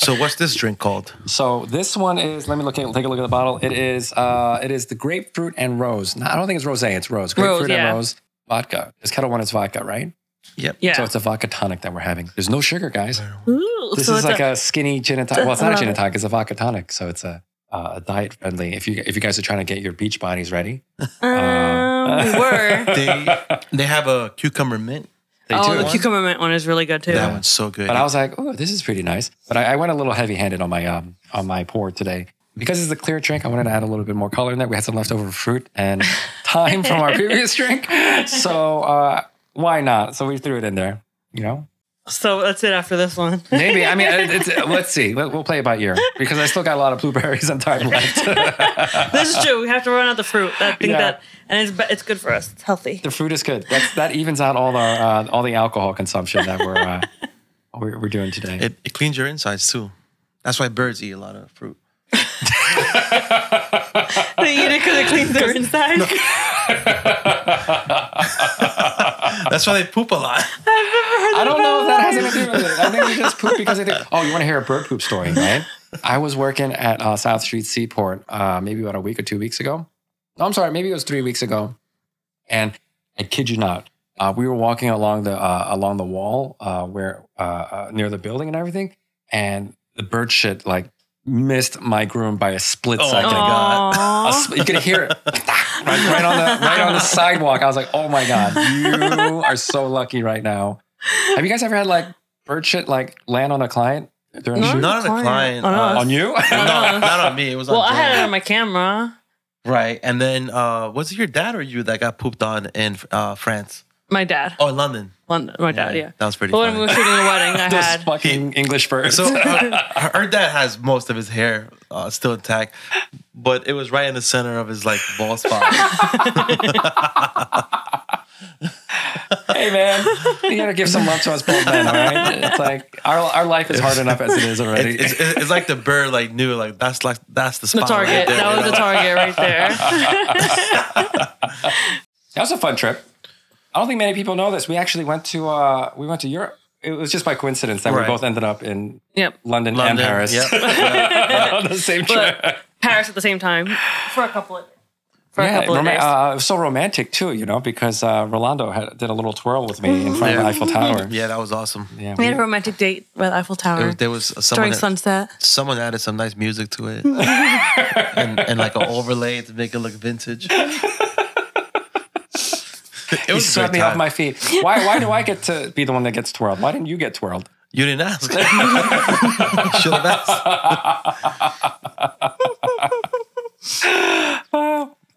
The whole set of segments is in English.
So what's this drink called? So this one is. Let me look. At, take a look at the bottle. It is. Uh, it is the grapefruit and rose. No, I don't think it's rose. It's rose. Grapefruit yeah. and rose vodka. This kettle one is vodka, right? Yep. Yeah. So it's a vodka tonic that we're having. There's no sugar, guys. Ooh, This so is it's like a, a, skinny gin and tonic. Well, it's not a gin Uh, and tonic. It's a vodka tonic. So it's a, uh, a diet friendly. If you if you guys are trying to get your beach bodies ready, uh, um, we were. They they have a cucumber mint. they oh, do. the cucumber mint one is really good too. That one's so good. But I was like, oh, this is pretty nice. But I, I went a little heavy handed on my um on my pour today. Because it's a clear drink, I wanted to add a little bit more color in there. We had some leftover fruit and thyme from our previous drink. So uh, why not? So we threw it in there, you know? So that's it after this one. Maybe. I mean, it- it's, uh, let's see. We'll, we'll play it by ear because I still got a lot of blueberries and thyme left. this is true. We have to run out the fruit. I think Yeah. that, and it's be- it's good for us. It's healthy. the fruit is good. That's, that evens out all, our, uh, all the alcohol consumption that we're, uh, we're, we're doing today. it, it cleans your insides too. That's why birds eat a lot of fruit. they eat it because it cleans their inside. That's why they poop a lot. I don't know if that has anything to do with it. I think we just poop because I think. Oh, you want to hear a bird poop story, right? I was working at uh, South Street Seaport uh, maybe about a week or two weeks ago. No, I'm sorry, maybe it was three weeks ago. And I kid you not, uh, we were walking along the uh, along the wall uh, where uh, uh, near the building and everything, and the bird shit like missed my groom by a split Oh, second. my God. A Aw. sp- you could hear it right, right on the right on the sidewalk. I was like, "Oh my god, you are so lucky right now." Have you guys ever had like bird shit like land on a client during a No. shoot? Not on a client. client. On us. On you? no, not on me. It was on Uh-huh. Well, I had it Jen. on my camera. Right. And then uh, was it your dad or you that got pooped on in uh, France? My dad, Oh, in London. London, my dad, yeah. That was pretty But when we funny. were shooting the wedding, I Those had fucking English birds. So uh, her dad has most of his hair uh, still intact, but it was right in the center of his like ball spot. hey man, you gotta give some love to us bald men, all right? It's like our our life is hard enough as it is already. it's, it's, it's like the bird like knew like that's like that's the the spot. right target. there, That you was the know? target right there. that was a fun trip. I don't think many people know this. We actually went to uh we went to Europe. It was just by coincidence that we Right. both ended up in yep. London, London. and Paris Yep. on the same trip. Paris at the same time for a couple of for a couple of roma- days. uh, it was so romantic too, you know, because uh, Rolando had, did a little twirl with me in front of the Eiffel Tower. Yeah, that was awesome. Yeah, we we- had a romantic date with Eiffel There, Tower was- there was someone during that, sunset. someone added some nice music to it, and, and like an overlay to make it look vintage. It he was a swept great me off time. my feet. Why? Why do I get to be the one that gets twirled? Why didn't you get twirled? You didn't ask. Should have asked.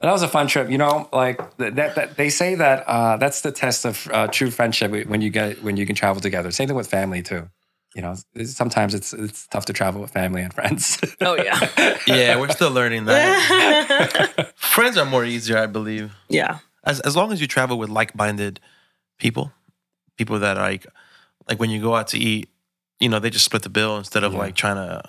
That was a fun trip, you know. Like th- that, that they say that uh, that's the test of uh, true friendship when you get when you can travel together. Same thing with family too. You know, sometimes it's it's tough to travel with family and friends. Oh yeah, Yeah, we're still learning that. Friends are more easier, I believe. yeah. As as long as you travel with like-minded people, people that are like like when you go out to eat, you know, they just split the bill instead of Yeah. like trying to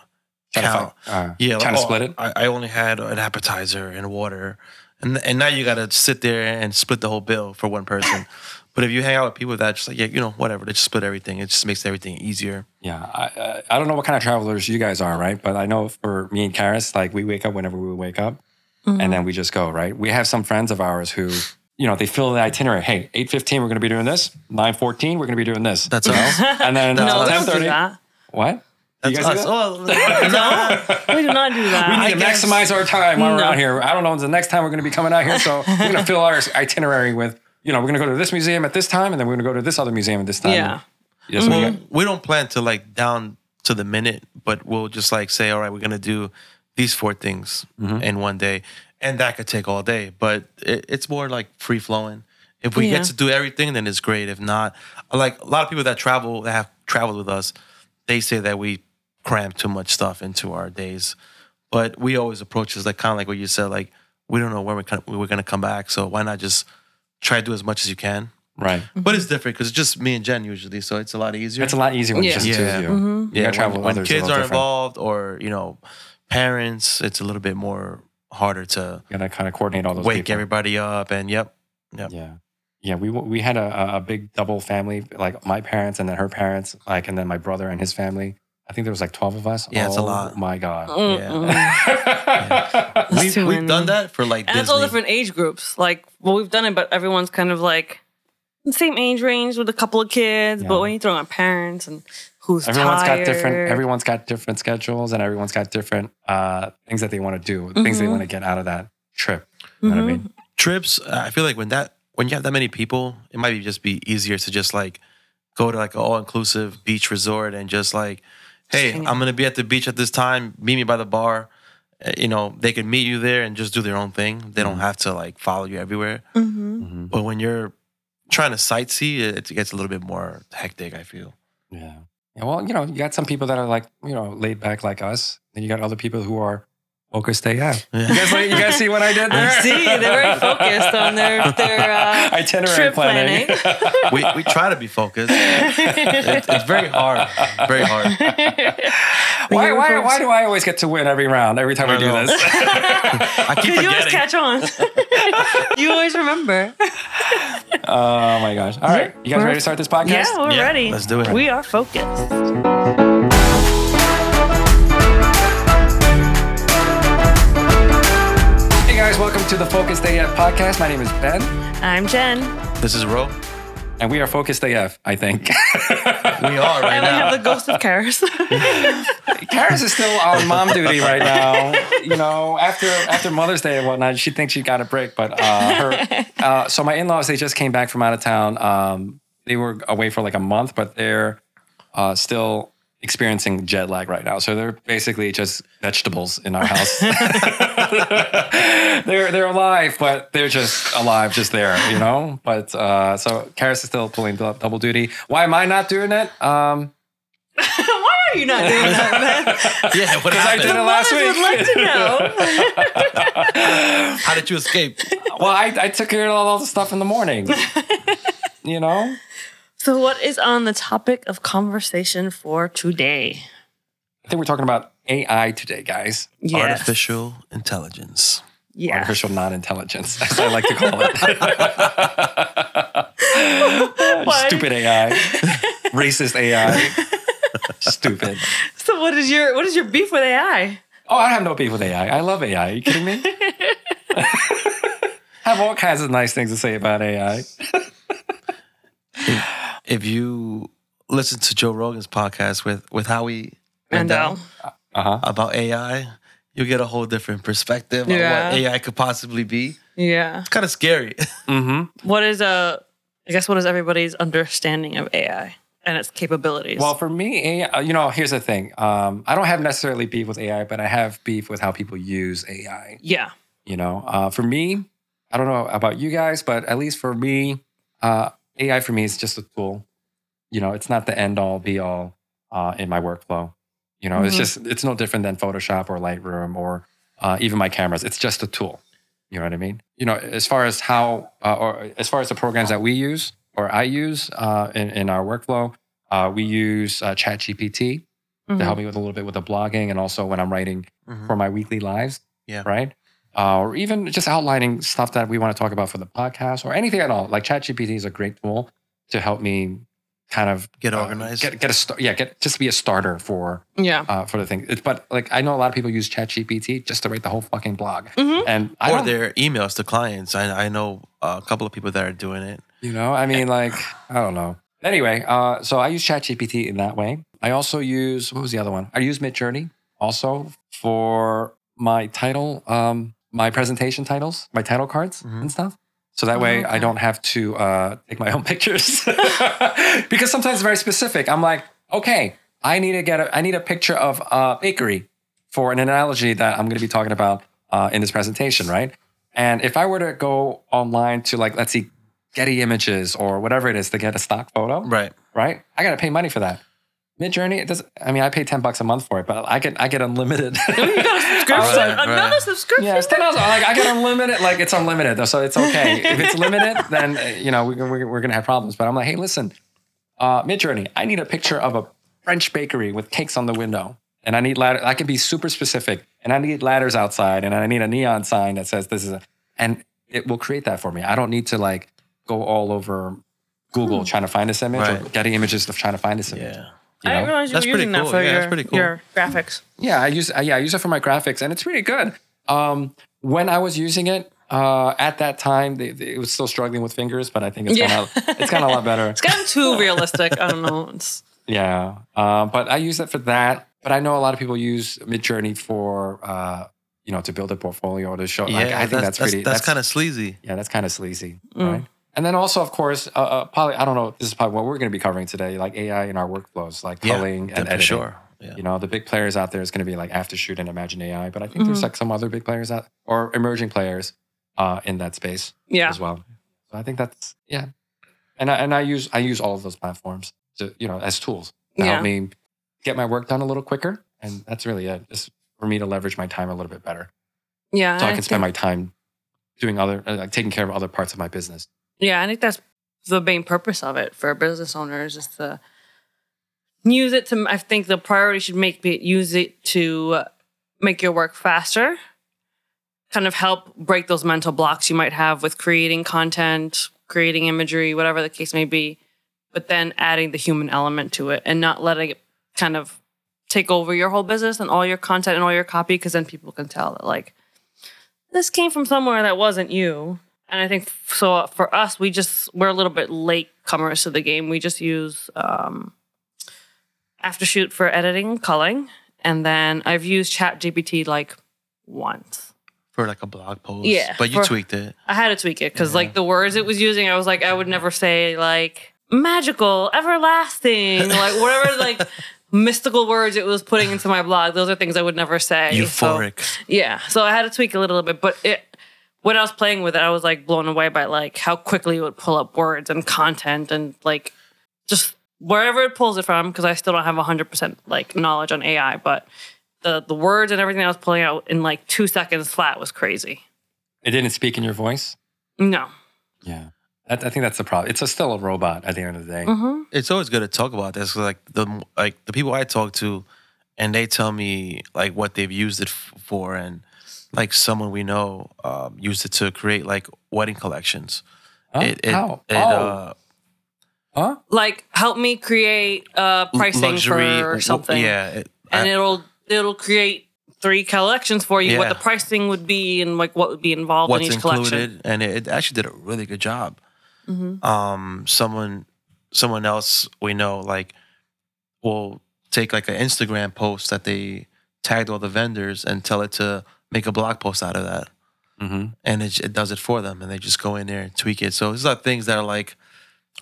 Trying to count. fi- uh, Yeah, trying like, to oh, split it. I, I only had an appetizer and water, and and now you got to sit there and split the whole bill for one person. but if you hang out with people that just like yeah, you know, whatever, they just split everything. It just makes everything easier. Yeah, I, I I don't know what kind of travelers you guys are, right? But I know for me and Karis, like we wake up whenever we wake up, and then we just go, right? We have some friends of ours who, you know, they fill the itinerary. Hey, eight fifteen, we're going to be doing this. Nine fourteen, we're going to be doing this. That's us. and then uh, No, ten don't do thirty. that. What? You That's guys do us. that? Oh, no. We do not do that. We need to guess- maximize our time while we're No. out here. I don't know the next time we're going to be coming out here, so we're going to fill our itinerary with, you know, we're going to go to this museum at this time, and then we're going to go to this other museum at this time. yeah, Yes, we Well, got- we don't plan to like down to the minute, but we'll just like say, all right, we're gonna do these four things in one day, and that could take all day. But it, it's more like free flowing. If we Yeah. get to do everything, then it's great. If not, like a lot of people that travel that have traveled with us, they say that we cram too much stuff into our days. But we always approach this like kind of like what you said, like we don't know when we're gonna, we're gonna come back, so why not just try to do as much as you can. right. But it's different because it's just me and Jen usually, so it's a lot easier. It's a lot easier when Yeah. it's just two Yeah. of you. You Mm-hmm. Yeah, gotta travel when, with when others a kids are little different. involved or you know parents, it's a little bit more harder to gotta kind of coordinate all those wake people. everybody up. And yep, yeah yeah we we had a, a- a big double family like my parents and then her parents like and then my brother and his family I think there was like 12 of us. Yeah, it's a Oh lot. My God. Mm-mm. We, too we've done many. that for like And Disney. it's all different age groups. Like, well, we've done it, but everyone's kind of like the same age range with a couple of kids. Yeah. But when you throw in parents and who's Everyone's tired, got different. Everyone's got different schedules, and everyone's got different uh, things that they want to do, things they Mhm. want to get out of that trip. You know what I Mhm. mean? trips i feel like when that when you have that many people it might be just be easier to just like go to like an all-inclusive beach resort and just like hey i'm gonna be at the beach at this time meet me by the bar Uh, you know they can meet you there and just do their own thing they Mm-hmm. don't have to like follow you everywhere Mhm. Mhm. but when you're trying to sightsee it gets a little bit more hectic i feel Yeah. Yeah. Well, you know, you got some people that are like, you know, laid back like us. Then you got other people who are focused AF. You guys, like- you guys see what I did there? I see. They're very focused on their- their, uh, itinerary trip planning. we, we try to be focused It- it's very hard very hard why, You're why, focused. why do I always get to win every round, every time we I do know. this? i keep you always forgetting catch on. you always remember. Oh my gosh. All right. You guys We're- ready to start this podcast? Yeah, we're Yeah, ready. let's do it. We are focused. Hey guys, welcome to the Focused AF podcast. My name is Ben, I'm Jen. this is rope and we are Focused AF, I think. we are right And we now have the ghost of Karis. Karis is still on mom duty right now. You know, after after Mother's Day and whatnot, she thinks she got a break. But uh, her, uh, so my in laws, they just came back from out of town. Um, they were away for like a month, but they're uh, still experiencing jet lag right now. So they're basically just vegetables in our house. they're they're alive, but they're just alive, just there, you know. But uh, so Karis is still pulling dou- double duty. Why am I not doing it? Um, why are you not doing that, man? yeah what I did happened? it last Mothers week. would like to know. how did you escape Well, I, I took care of all the stuff in the morning. you know? So, what is on the topic of conversation for today? I think we're talking about AI today, guys. Yes. artificial intelligence. Yeah. Artificial non-intelligence, as I like to call it. Why? Stupid AI. Racist AI. Stupid. So, what is your what is your beef with AI? Oh, I have no beef with AI. I love AI. Are you kidding me? have all kinds of nice things to say about AI. If you listen to Joe Rogan's podcast with with Howie Mandel. Uh-huh. about AI, you get a whole different perspective Yeah. on what AI could possibly be. Yeah. It's kind of scary. Mm-hmm. What is uh I guess what is everybody's understanding of AI and its capabilities? Well, for me, AI, uh, you know, here's the thing. Um, I don't have necessarily beef with AI, but I have beef with how people use AI. yeah. You know, uh, for me, I don't know about you guys, but at least for me, uh, AI for me is just a tool. You know, it's not the end all be all uh, in my workflow. You know, it's Mhm. just it's no different than Photoshop or Lightroom or uh, even my cameras. It's just a tool. You know what I mean? You know, as far as how uh, or as far as the programs that we use or I use uh, in, in our workflow, uh, we use uh, ChatGPT to help me with a little bit with the blogging and also when I'm writing for my weekly lives. Yeah. Right. Uh, or even just outlining stuff that we want to talk about for the podcast or anything at all. Like ChatGPT is a great tool to help me kind of Get uh, organized. get get a start. Yeah, get just be a starter for Mm-hmm. Yeah. uh, for the thing. It's, but like I know a lot of people use ChatGPT just to write the whole fucking blog, Mhm. and I or don't, their emails to clients. I, I know a couple of people that are doing it. you know, I mean, like I don't know. Anyway, uh, so I use ChatGPT in that way. I also use what was the other one? I use MidJourney also for my title, um, my presentation titles, my title cards Mhm. and stuff. So that way I Okay. don't have to uh, take my own pictures because sometimes it's very specific. I'm like, okay, I need to get a, I need a picture of a bakery for an analogy that I'm going to be talking about uh, in this presentation, right? And if I were to go online to like, let's see, Getty Images or whatever it is to get a stock photo, Right. right? I gotta pay money for that. Midjourney, it does. I mean, I pay ten bucks a month for it, but I get I get unlimited. Subscription, All right, another right. subscription. yeah, it's ten dollars. Like I get unlimited. Like it's unlimited though, so it's okay. If it's limited, then uh, you know we, we're we're gonna have problems. But I'm like, hey, listen, uh, Midjourney, I need a picture of a French bakery with cakes on the window, and I need ladder. I can be super specific, and I need ladders outside, and I need a neon sign that says this is a, and it will create that for me. I don't need to like go all over Google trying to find this image Hmm. Right. or Getty Images of trying to find this image. Yeah. you I didn't know? realize you That's were pretty using cool. that for Yeah, your, that's pretty cool. your graphics. Yeah, I use uh, yeah I use it for my graphics, and it's really good. Um, when I was using it uh, at that time, they, they- it was still struggling with fingers, but I think it's Yeah. kind of it's kind of a lot better. It's gotten too realistic. I don't know. It's, Yeah, um, but I use it for that. But I know a lot of people use Midjourney for uh, you know to build a portfolio to show. like, I think that's, pretty. that's, kind of sleazy. yeah, that's kind of sleazy, Mm. right? And then also, of course, uh, uh, probably I don't know. This is probably what we're going to be covering today, like AI in our workflows, like Yeah, culling and then editing. for sure. Yeah. You know, the big players out there is going to be like AfterShoot and Imagine AI, but I think there's Mhm. like some other big players out or emerging players uh, in that space yeah. as well. So I think that's yeah, and I, and I use I use all of those platforms to you know as tools to Yeah. help me get my work done a little quicker, and that's really it. Just for me to leverage my time a little bit better, Yeah. so I, can spend my time doing other uh, like taking care of other parts of my business. Yeah, I think that's the main purpose of it for a business owner is just to use it to. I think the priority should make be use it to make your work faster, kind of help break those mental blocks you might have with creating content, creating imagery, whatever the case may be. But then adding the human element to it and not letting it kind of take over your whole business and all your content and all your copy, because then people can tell that like this came from somewhere that wasn't you. And I think f- so for us, we just we're a little bit late comers to the game. We just use um, AfterShoot for editing, culling, and then I've used ChatGPT like once. For like a blog post. Yeah, But you for- tweaked it. I had to tweak it because like the words it was using, I was like, I would never say like magical, everlasting, like whatever like mystical words it was putting into my blog. Those are things I would never say. So- Euphoric. yeah. So I had to tweak a little bit, but it when I was playing with it, I was like blown away by like how quickly it would pull up words and content and like just wherever it pulls it from, because I still don't have hundred percent like knowledge on AI, but the the words and everything I was pulling out in like two seconds flat was crazy. It didn't speak in your voice. No. Yeah, I, I think that's the problem. It's a, still a robot at the end of the day. Mm-hmm. it's always good to talk about this 'cause, like the like the people I talk to, and they tell me like what they've used it f- for, and like someone we know um, used it to create like wedding collections. Huh? It, it, How? it, oh, uh, huh? Like help me create uh l- pricing luxury for w- something. Yeah, it, and I- it'll it'll create three collections for you, what Yeah. the pricing would be and like what would be involved what's in each included, collection. and it, it actually did a really good job. Mhm. um someone someone else we know like will take like an Instagram post that they tagged all the vendors and tell it to make a blog post out of that Mm-hmm. and it, it does it for them and they just go in there and tweak it so these are things that are like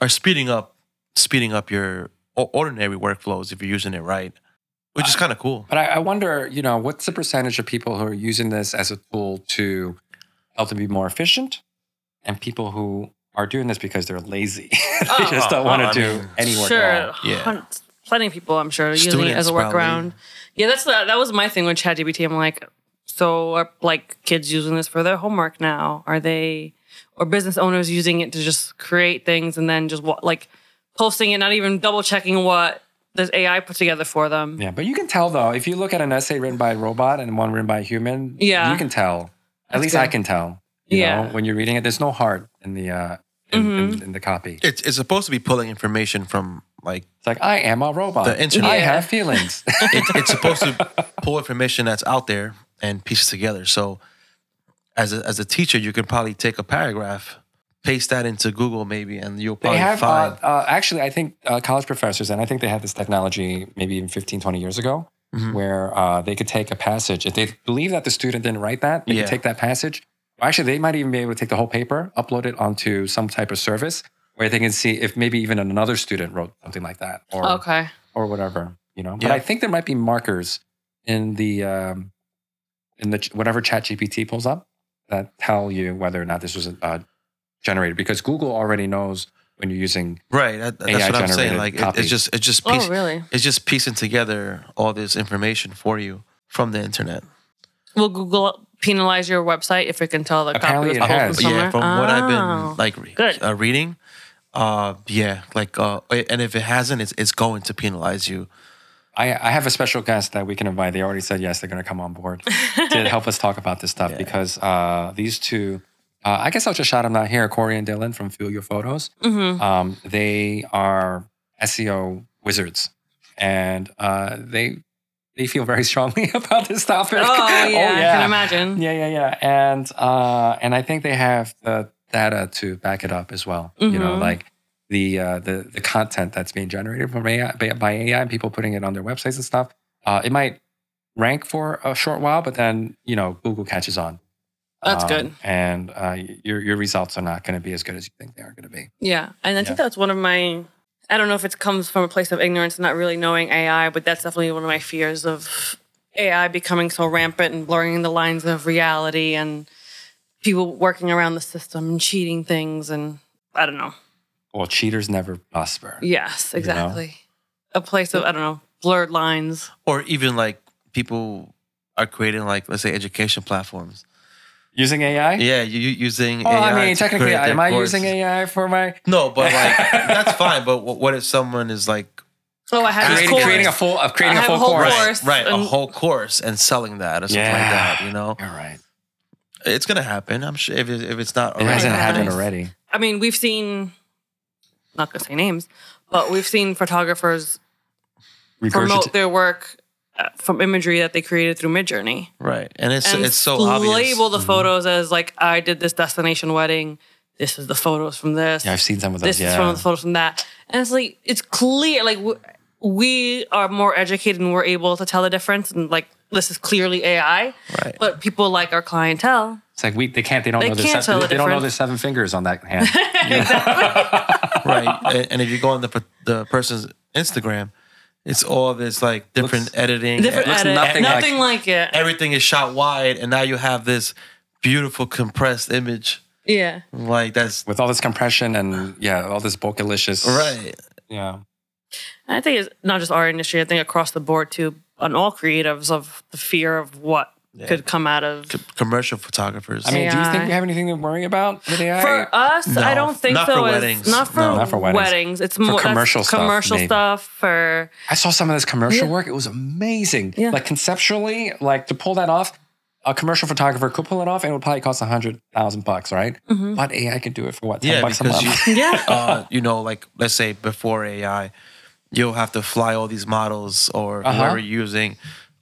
are speeding up speeding up your o- ordinary workflows if you're using it right which is kind of cool But I, I wonder, you know, what's the percentage of people who are using this as a tool to help them be more efficient, and people who are doing this because they're lazy, they Oh, just don't oh, want to I do mean, any work. at Sure, all. Yeah. hun- plenty of people I'm sure are using it Students, as a workaround. probably. Yeah, that's the, that was my thing with ChatGPT. I'm like, so are like kids using this for their homework now? Are they or business owners using it to just create things and then just wa- like posting it, not even double checking what this AI put together for them? Yeah, but you can tell though if you look at an essay written by a robot and one written by a human. Yeah. you can tell. At That's least good. I can tell. You Yeah. Mm-hmm. know, when you're reading it, there's no heart in the uh, in, in, in the copy. it's, it's supposed to be pulling information from like It's like I am a robot. The internet. I Yeah. have feelings. it, it's supposed to pull information that's out there and piece it together. So, as a, as a teacher, you can probably take a paragraph, paste that into Google maybe, and you'll They probably have, uh, find. uh, actually, I think uh, college professors, and I think they had this technology maybe even 15, 20 years ago, Mhm. where uh, they could take a passage. If they believe that the student didn't write that, they Yeah. could take that passage. Actually, they might even be able to take the whole paper, upload it onto some type of service where they can see if maybe even another student wrote something like that or, Oh, Okay. or whatever, you know? But Yeah. I think there might be markers in the, um, in the ch- whatever chat GPT pulls up that tell you whether or not this was uh, generated because Google already knows when you're using right, that, that's AI what I'm saying. generated Like it, copy. it's just it's just piece, Oh, really? it's just piecing together all this information for you from the internet. Will Google penalize your website if it can tell the Apparently copy was it pulled Yeah, has. from somewhere? from what I've Oh. been like re- Good. Uh, reading. Uh, yeah, like uh, and if it hasn't, it's it's going to penalize you. I, I have a special guest that we can invite. They already said yes, they're going to come on board to help us talk about this stuff because uh, these two, uh, I guess I'll just shout them out here Corey and Dylan Mm-hmm. from Feel Your Photos. Mhm. Um, they are SEO E wizards. and uh, they they feel very strongly about this topic. Oh yeah, I can yeah. imagine. yeah, yeah, yeah. And uh, and I think they have the data to back it up as well. You know, Mhm. like the uh, the the content that's being generated from AI by, by AI and people putting it on their websites and stuff. Uh, it might rank for a short while, but then you know Google catches on. That's Um, good. And uh, your your results are not going to be as good as you think they are going to be. Yeah. And I think that's one of my, I don't know if it comes from a place of ignorance, not really knowing AI, but that's definitely one of my fears of AI becoming so rampant and blurring the lines of reality and people working around the system and cheating things. And I don't know. Well, cheaters never prosper. Yes, exactly. A place of, I don't know, blurred lines. or even like people are creating like let's say education platforms. Using AI? Yeah, you you- using. Well, AI Oh, I mean, to technically, create their am I courses. using AI for my No, but like that's fine. But wh- what if someone is like Oh, I have this creating, course. creating a full of creating I a have full a whole course? course. right a and- whole course and selling that or something Yeah. like that? You know, All right. it's gonna happen. I'm sure if it, if it's not It already, hasn't happened Nice. already. I mean, we've seen, not gonna say names, but we've seen photographers promote Regurgit- their work uh, from imagery that they created through Midjourney. right? And it's And it's so obvious. Mm-hmm. label the photos as like I did this destination wedding. This is the photos from this. yeah, I've seen some of those. this is Yeah. from the photos from that. And it's like it's clear. Like w- we are more educated and we're able to tell the difference. And like this is clearly AI. Right. But people like our clientele. It's like we they can't they don't They know can't there's tell seven, the they don't know difference. there's seven fingers on that hand. right? And, and if you go on the per- the person's Instagram, it's all this like different Looks- editing. Different It looks edit. nothing Nothing, like- like, it. everything is shot wide, and now you have this beautiful compressed image. Yeah. Like that's With all this compression and yeah, all this bulkalicious. right. Yeah. And I think it's not just our industry. I think across the board too, on all creatives of the fear of what could come out of. C- commercial photographers. I mean, do you think AI. we have anything to worry about with AI? For us, No, I don't think not so. for It's- weddings. Not for, No. Not for weddings. weddings. It's more that's commercial stuff, Commercial maybe. stuff for I saw some of this commercial Yeah. work. It was amazing. Yeah. Like conceptually, like to pull that off, a commercial photographer could pull it off and it would probably cost a hundred thousand bucks, right? Mm-hmm. But AI could do it for what? Ten yeah, bucks a because month. you, yeah. uh, you know, like let's say before AI, you'll have to fly all these models or Uh-huh. whoever you're using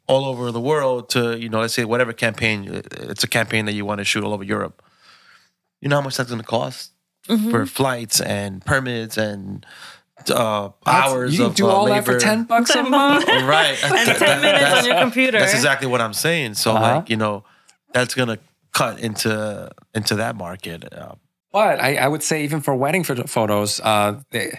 all over the world to, you know, let's say whatever campaign. It's a campaign that you want to shoot all over Europe. You know how much that's going to cost Mm-hmm. for flights and permits and uh, That's- hours you of do uh, all that labor. for ten bucks a month. right? and ten minutes on your computer. That's exactly what I'm saying. So Uh-huh. like you know, that's gonna cut into into that market. Uh, But I, I would say even for wedding photo- photos, uh, they,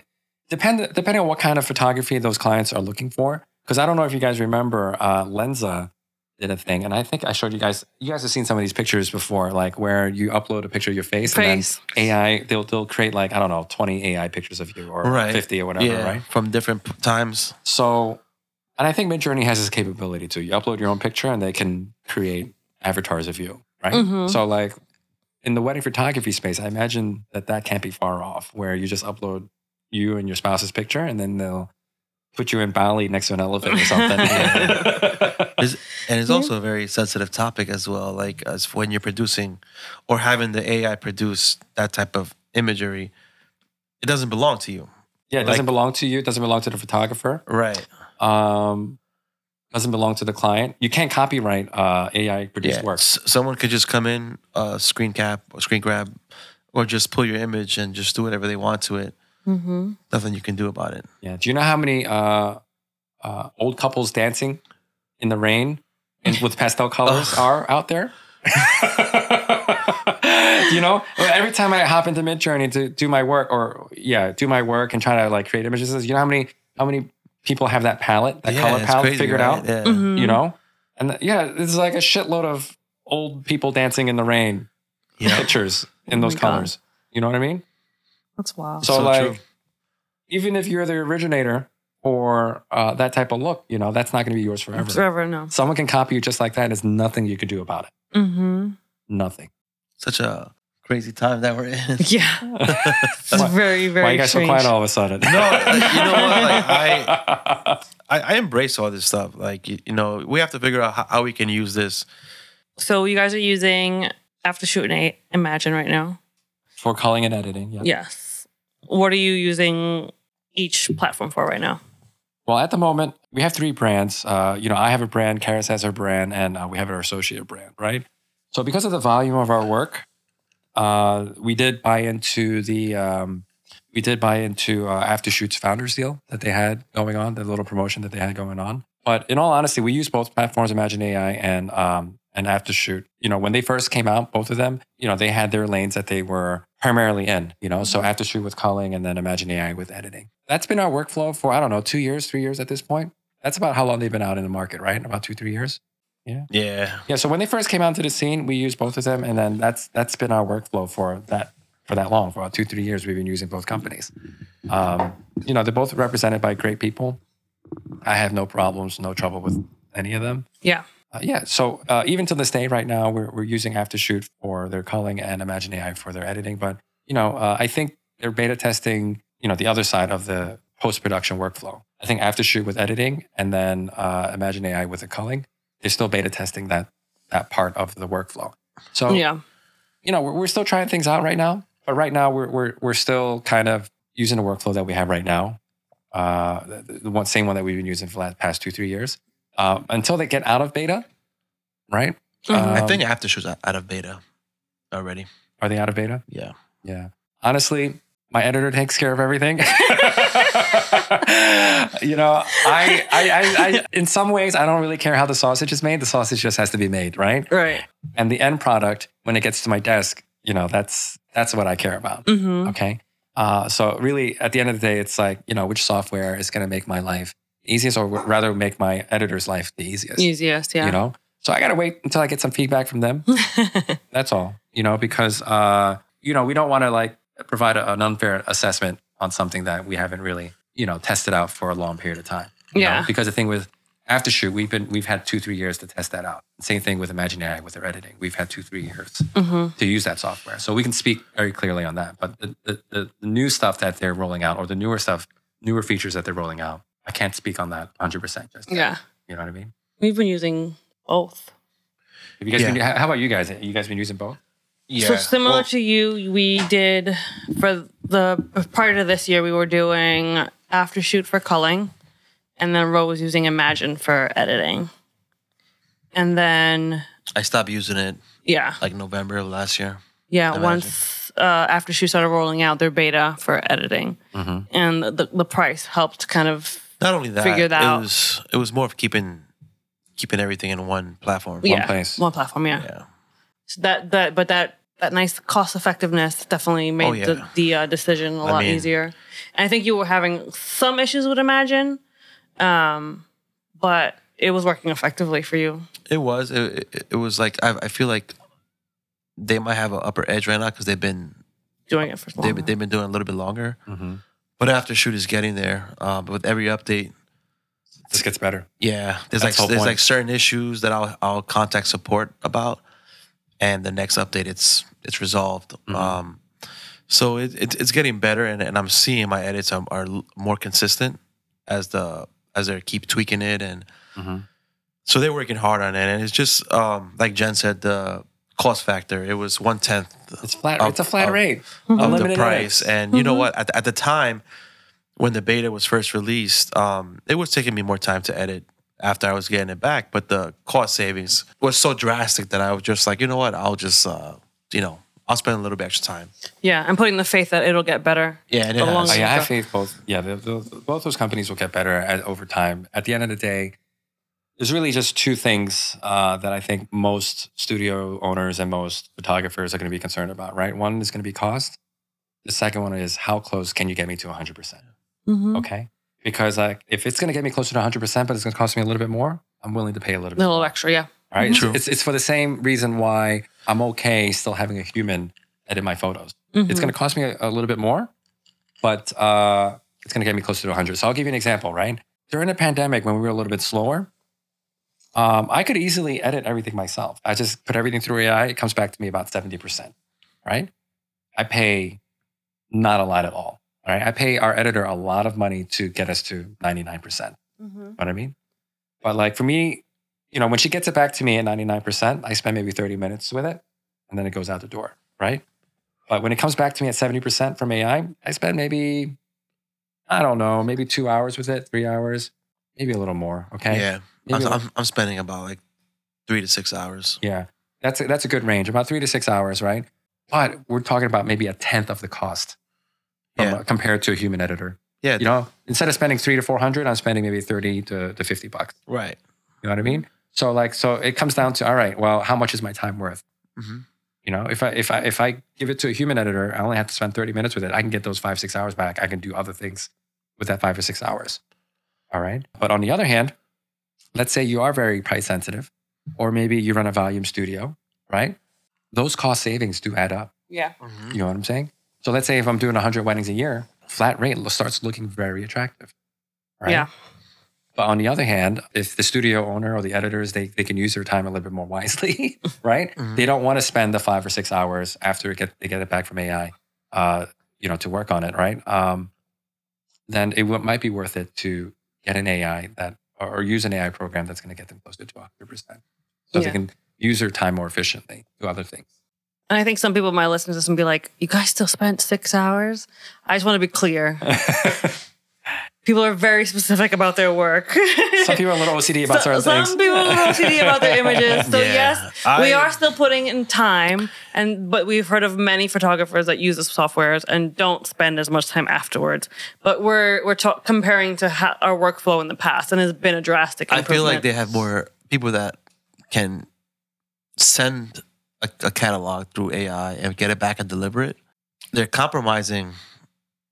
depend depending on what kind of photography those clients are looking for. Because I don't know if you guys remember, uh, Lenza did a thing, and I think I showed you guys. You guys have seen some of these pictures before, like where you upload a picture of your face, Face. and then AI they'll they'll create like I don't know twenty AI pictures of you or Right. fifty or whatever, yeah, right? from different p- times. So, and I think Midjourney has this capability too. You upload your own picture, and they can create avatars of you, right? Mhm. So, like in the wedding photography space, I imagine that that can't be far off, where you just upload you and your spouse's picture, and then they'll put you in Bali next to an elephant or something. Is- and it's Yeah. also a very sensitive topic as well. Like as when you're producing or having the AI produce that type of imagery, it doesn't belong to you, yeah, it doesn't belong to you. It doesn't belong to the photographer. right? Um, doesn't belong to the client. You can't copyright uh, AI produced work. S- someone could just come in, uh, screen cap or screen grab, or just pull your image and just do whatever they want to it. Mhm. Nothing you can do about it. Yeah. Do you know how many uh, uh, old couples dancing in the rain and with pastel colors are out there? you know, every time I hop into Midjourney to do my work, or yeah, do my work and try to like create images, you know how many how many people have that palette, that Yeah, color it's palette crazy, figured right? out? Mm-hmm. Yeah. Mm. Mhm. You know, and th- yeah, it's like a shitload of old people dancing in the rain Yeah. pictures in Oh those my God. colors. You know what I mean? That's wild. So, So like, true. even if you're the originator or uh, that type of look, you know, that's not going to be yours forever. Forever no. Someone can copy you just like that. There's nothing you could do about it. Mm-hmm. Nothing. Such a crazy time that we're in. Yeah. This is Why- very very. Why are you guys strange. so quiet all of a sudden? No, like, you know what? Like, I, I, I embrace all this stuff. Like, you, you know, we have to figure out how, how we can use this. So you guys are using after shooting eight. Imagine right now. For calling and editing. Yeah. Yes. What are you using each platform for right now? Well, at the moment, we have three brands. Uh, you know, I have a brand, Karis has her brand, and uh, we have our associate brand, right? So, because of the volume of our work, uh, we did buy into the um, we did buy into uh, AfterShoot's founders deal that they had going on, the little promotion that they had going on. But in all honesty, we use both platforms, Imagine AI and um, and AfterShoot. You know, when they first came out, both of them, you know, they had their lanes that they were primarily in. You know, so AfterShoot with culling and then Imagine AI with editing. That's been our workflow for I don't know two years, three years at this point. That's about how long they've been out in the market, right? About two, three years. Yeah. Yeah. So when they first came out to the scene, we used both of them, and then that's that's been our workflow for that for that long. For about two three years, we've been using both companies. Um, you know, they're both represented by great people. I have no problems, no trouble with any of them. Yeah. Uh, yeah. So uh, even to this day, right now, we're we're using AfterShoot for their culling and Imagine AI for their editing. But you know, uh, I think they're beta testing. You know, the other side of the post production workflow. I think AfterShoot with editing, and then uh, Imagine AI with the culling they're still beta testing that that part of the workflow. So Yeah. you know, we're, we're still trying things out right now, but right now we're we're we're still kind of using the workflow that we have right now, uh, the, the one same one that we've been using for the last past two three years uh, until they get out of beta, right? Mhm. I Um, think AfterShoot's out out of beta already. Are they out of beta? Yeah. Yeah. Honestly, my editor takes care of everything. you know, I, I, I, I, in some ways, I don't really care how the sausage is made. The sausage just has to be made, right? Mm-hmm. right. and the end product when it gets to my desk you know that's that's what i care about hmm okay uh, so really at the end of the day it's like you know which software is going to make my life easiest or would rather make my editor's life the easiest Easiest. you Yeah. know so i gotta wait until i get some feedback from them that's all you know because uh, you know we don't want to like provide a, an unfair assessment on something that we haven't really you know tested out for a long period of time you know? Yeah. because the thing with aftershoot we've been we've had two three years to test that out same thing with imaginary with their editing we've had two three years hmm to use that software so we can speak very clearly on that but the, the, the, the new stuff that they're rolling out or the newer stuff newer features that they're rolling out i can't speak on that 100% just yet. Yeah. you know what i mean We've been using both. Have you guys Yeah. been, how how about you guys you guys been using both Yeah. So similar Well, to you, we did for the prior to this year we were doing aftershoot for culling, and then Ro was using Imagine for editing, and then I stopped using it yeah, like November of last year. yeah. Once uh, aftershoot started rolling out their beta for editing, and the the price helped kind of Not only that, Figure it that out. was it was more of keeping keeping everything in one platform. yeah, place. one platform, yeah. Yeah. So that that but that that nice cost effectiveness definitely made Oh, yeah. the, the uh, decision a I lot mean- easier. And I think you were having some issues with Imagine, um, but it was working effectively for you. It was. It, it, it was like I, I feel like they might have an upper edge right now because they've been Doing it for so long. they've, they've been doing a little bit longer. Mm-hmm. But after shoot is getting there. Um, with every update, This gets better. yeah, there's That's the whole like there's point. like certain issues that I'll I'll contact support about, and the next update it's it's resolved. Mm-hmm. Um, so it, it, it's getting better, and, and I'm seeing my edits are, are l- more consistent as the as they keep tweaking it and Mhm. so they're working hard on it, and it's just um, like Jen said, the cost factor. It was one tenth It's flat. Of- it's a flat of- rate. Mm-hmm. of the Unlimited price, edits. and you know what? At, at the time when the beta was first released, um, it was taking me more time to edit after I was getting it back, but the cost savings was so drastic that I was just like, you know what? I'll just uh, you know I'll spend a little bit extra time. yeah, I'm putting the faith that it'll get better. Yeah, and it The has. long- Oh, yeah, I have faith both. Yeah, the, the, both those companies will get better at, over time. At the end of the day, there's really just two things uh, that I think most studio owners and most photographers are going to be concerned about. Right, one is going to be cost. The second one is how close can you get me to 100 percent? Mm-hmm. Okay, because like if it's going to get me closer to 100 percent, but it's going to cost me a little bit more, I'm willing to pay a little A bit. little more. extra, yeah. All right? Mhm. True. It's, it's for the same reason why I'm okay still having a human edit my photos. It's Mhm. going to cost me a, a little bit more, but uh, it's going to get me closer to 100. So I'll give you an example, right? During the pandemic, when we were a little bit slower, um, I could easily edit everything myself. I just put everything through AI. It comes back to me about 70%, right? I pay not a lot at all, right? I pay our editor a lot of money to get us to 99%. Mhm. Know what I mean? But like for me, you know, when she gets it back to me at 99%, I spend maybe 30 minutes with it and then it goes out the door, right? But when it comes back to me at 70% from AI, I spend maybe, I don't know, maybe two hours with it, three hours. maybe a little more. Okay. Yeah, Maybe I'm, a little- I'm, I'm spending about like three to six hours. yeah. That's a, that's a good range, about three to six hours, right? But we're talking about maybe a tenth of the cost from, Yeah. uh, compared to a human editor. Yeah, You know, instead of spending three to four hundred, I'm spending maybe thirty to, to fifty bucks. right. You know what I mean? So like, so it comes down to all right. Well, how much is my time worth? Mhm. You know, if I if I if I give it to a human editor, I only have to spend thirty minutes with it. I can get those five six hours back. I can do other things with that five or six hours. All right. But on the other hand, let's say you are very price sensitive, or maybe you run a volume studio, right? Those cost savings do add up. Yeah. Mhm. You know what I'm saying? So let's say if I'm doing 100 weddings a year, flat rate lo- starts looking very attractive. Right? Yeah. But on the other hand, if the studio owner or the editors, they, they can use their time a little bit more wisely, right? Mm-hmm. Mhm. They don't want to spend the five or six hours after it get, they get it back from AI, uh, you know, to work on it, right? Um, then it w- might be worth it to get an AI that, or or use an AI program that's going to get them closer to 100%. So they Yeah. can use their time more efficiently, do other things. And I think some people might listen to this and be like, you guys still spent six hours? I just want to be clear. Uh. People are very specific about their work. Some people are a little OCD about So- certain some things. people are OCD about their images. So Yeah. yes, I- we are still putting in time, and but we've heard of many photographers that use this softwares and don't spend as much time afterwards. But we're we're ta- comparing to ha- our workflow in the past, and it's been a drastic. I feel like improvement. they have more people that can send a, a catalog through AI and get it back and deliver it. They're compromising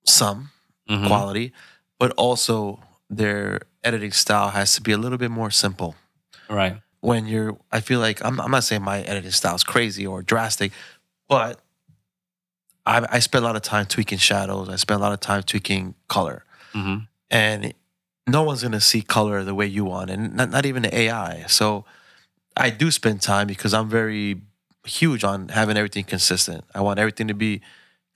some Mhm. quality, but also their editing style has to be a little bit more simple. Right. When you're, I feel like I'm, I'm not saying my editing style is crazy or drastic, but I, I spend a lot of time tweaking shadows. I spend a lot of time tweaking color Mm-hmm. and no one's going to see color the way you want and not, not even the ai so i do spend time because i'm very huge on having everything consistent i want everything to be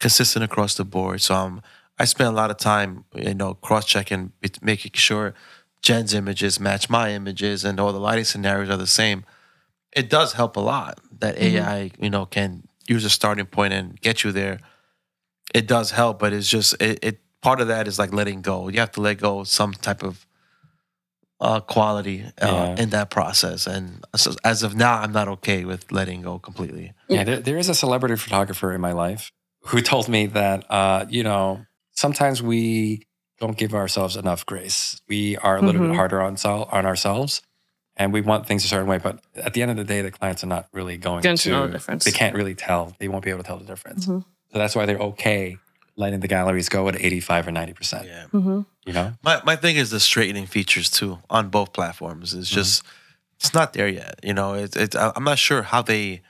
consistent across the board so i'm i spend a lot of time you know cross-checking bet- making sure jen's images match my images and all the lighting scenarios are the same it does help a lot that ai you know can use a starting point and get you there it does help, but it's just it, it part of that is like letting go. You have to let go of some type of uh, quality uh, Yeah. in that process. And so as of now, I'm not okay with letting go completely. Yeah, there, there is a celebrity photographer in my life who told me that, uh, you know, sometimes we don't give ourselves enough grace. We are a little bit Mhm. harder on, sel- on ourselves and we want things a certain way. But at the end of the day, the clients are not really going Don't to know the difference. They can't really tell. They won't be able to tell the difference. Mhm. So that's why they're okay letting the galleries go at 85 or 90%, Yeah. Mhm. you know? My my thing is the straightening features too on both platforms. It's just it's not there yet. You know, it's it's I- I'm not sure how they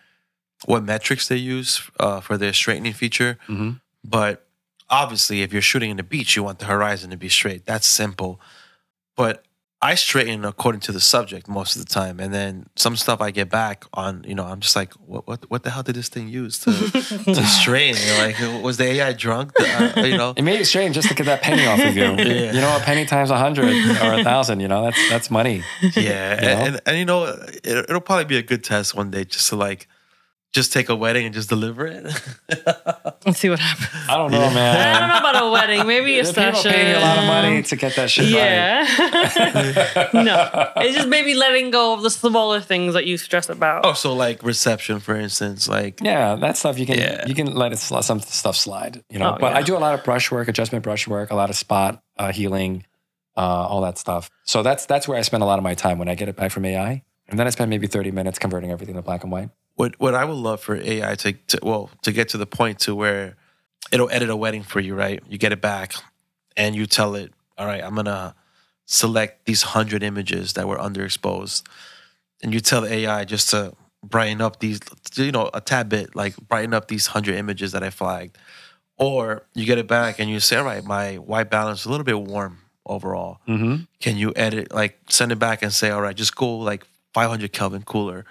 what metrics they use uh, for their straightening feature. Mhm. But obviously, if you're shooting in the beach, you want the horizon to be straight. That's simple. But I straighten according to the subject most of the time, and then some stuff I get back on. You know, I'm just like, what what what the hell did this thing use to Mm-hmm. to straighten? Like, was the AI drunk? Uh, you know, It made it strange just to get that penny off of you. Yeah. You know, a penny times a hundred or a thousand. You know, that's that's money. yeah You and, know? and, and you know it, it'll probably be a good test one day just to like just take a wedding and just deliver it Let's see what happens. I don't know, I don't man. know about a wedding. Maybe a The people session. paying you a lot of money to get that shit right. Yeah. no, it's just maybe letting go of the smaller things that you stress about. oh so like reception for instance like Yeah, that stuff you can Yeah. you can let it sl- some stuff slide. You know, Oh, but yeah. I do a lot of brush work, adjustment brush work, a lot of spot uh, healing, uh, all that stuff. So that's that's where I spend a lot of my time when I get it back from AI, and then I spend maybe thirty minutes converting everything to black and white. what what i would love for ai to, to well to get to the point to where it'll edit a wedding for you right you get it back and you tell it all right i'm gonna select these 100 images that were underexposed and you tell the ai just to brighten up these you know a tad bit like brighten up these 100 images that i flagged or you get it back and you say all right my white balance is a little bit warm overall Mm-hmm. can you edit like send it back and say all right just go like 500 kelvin cooler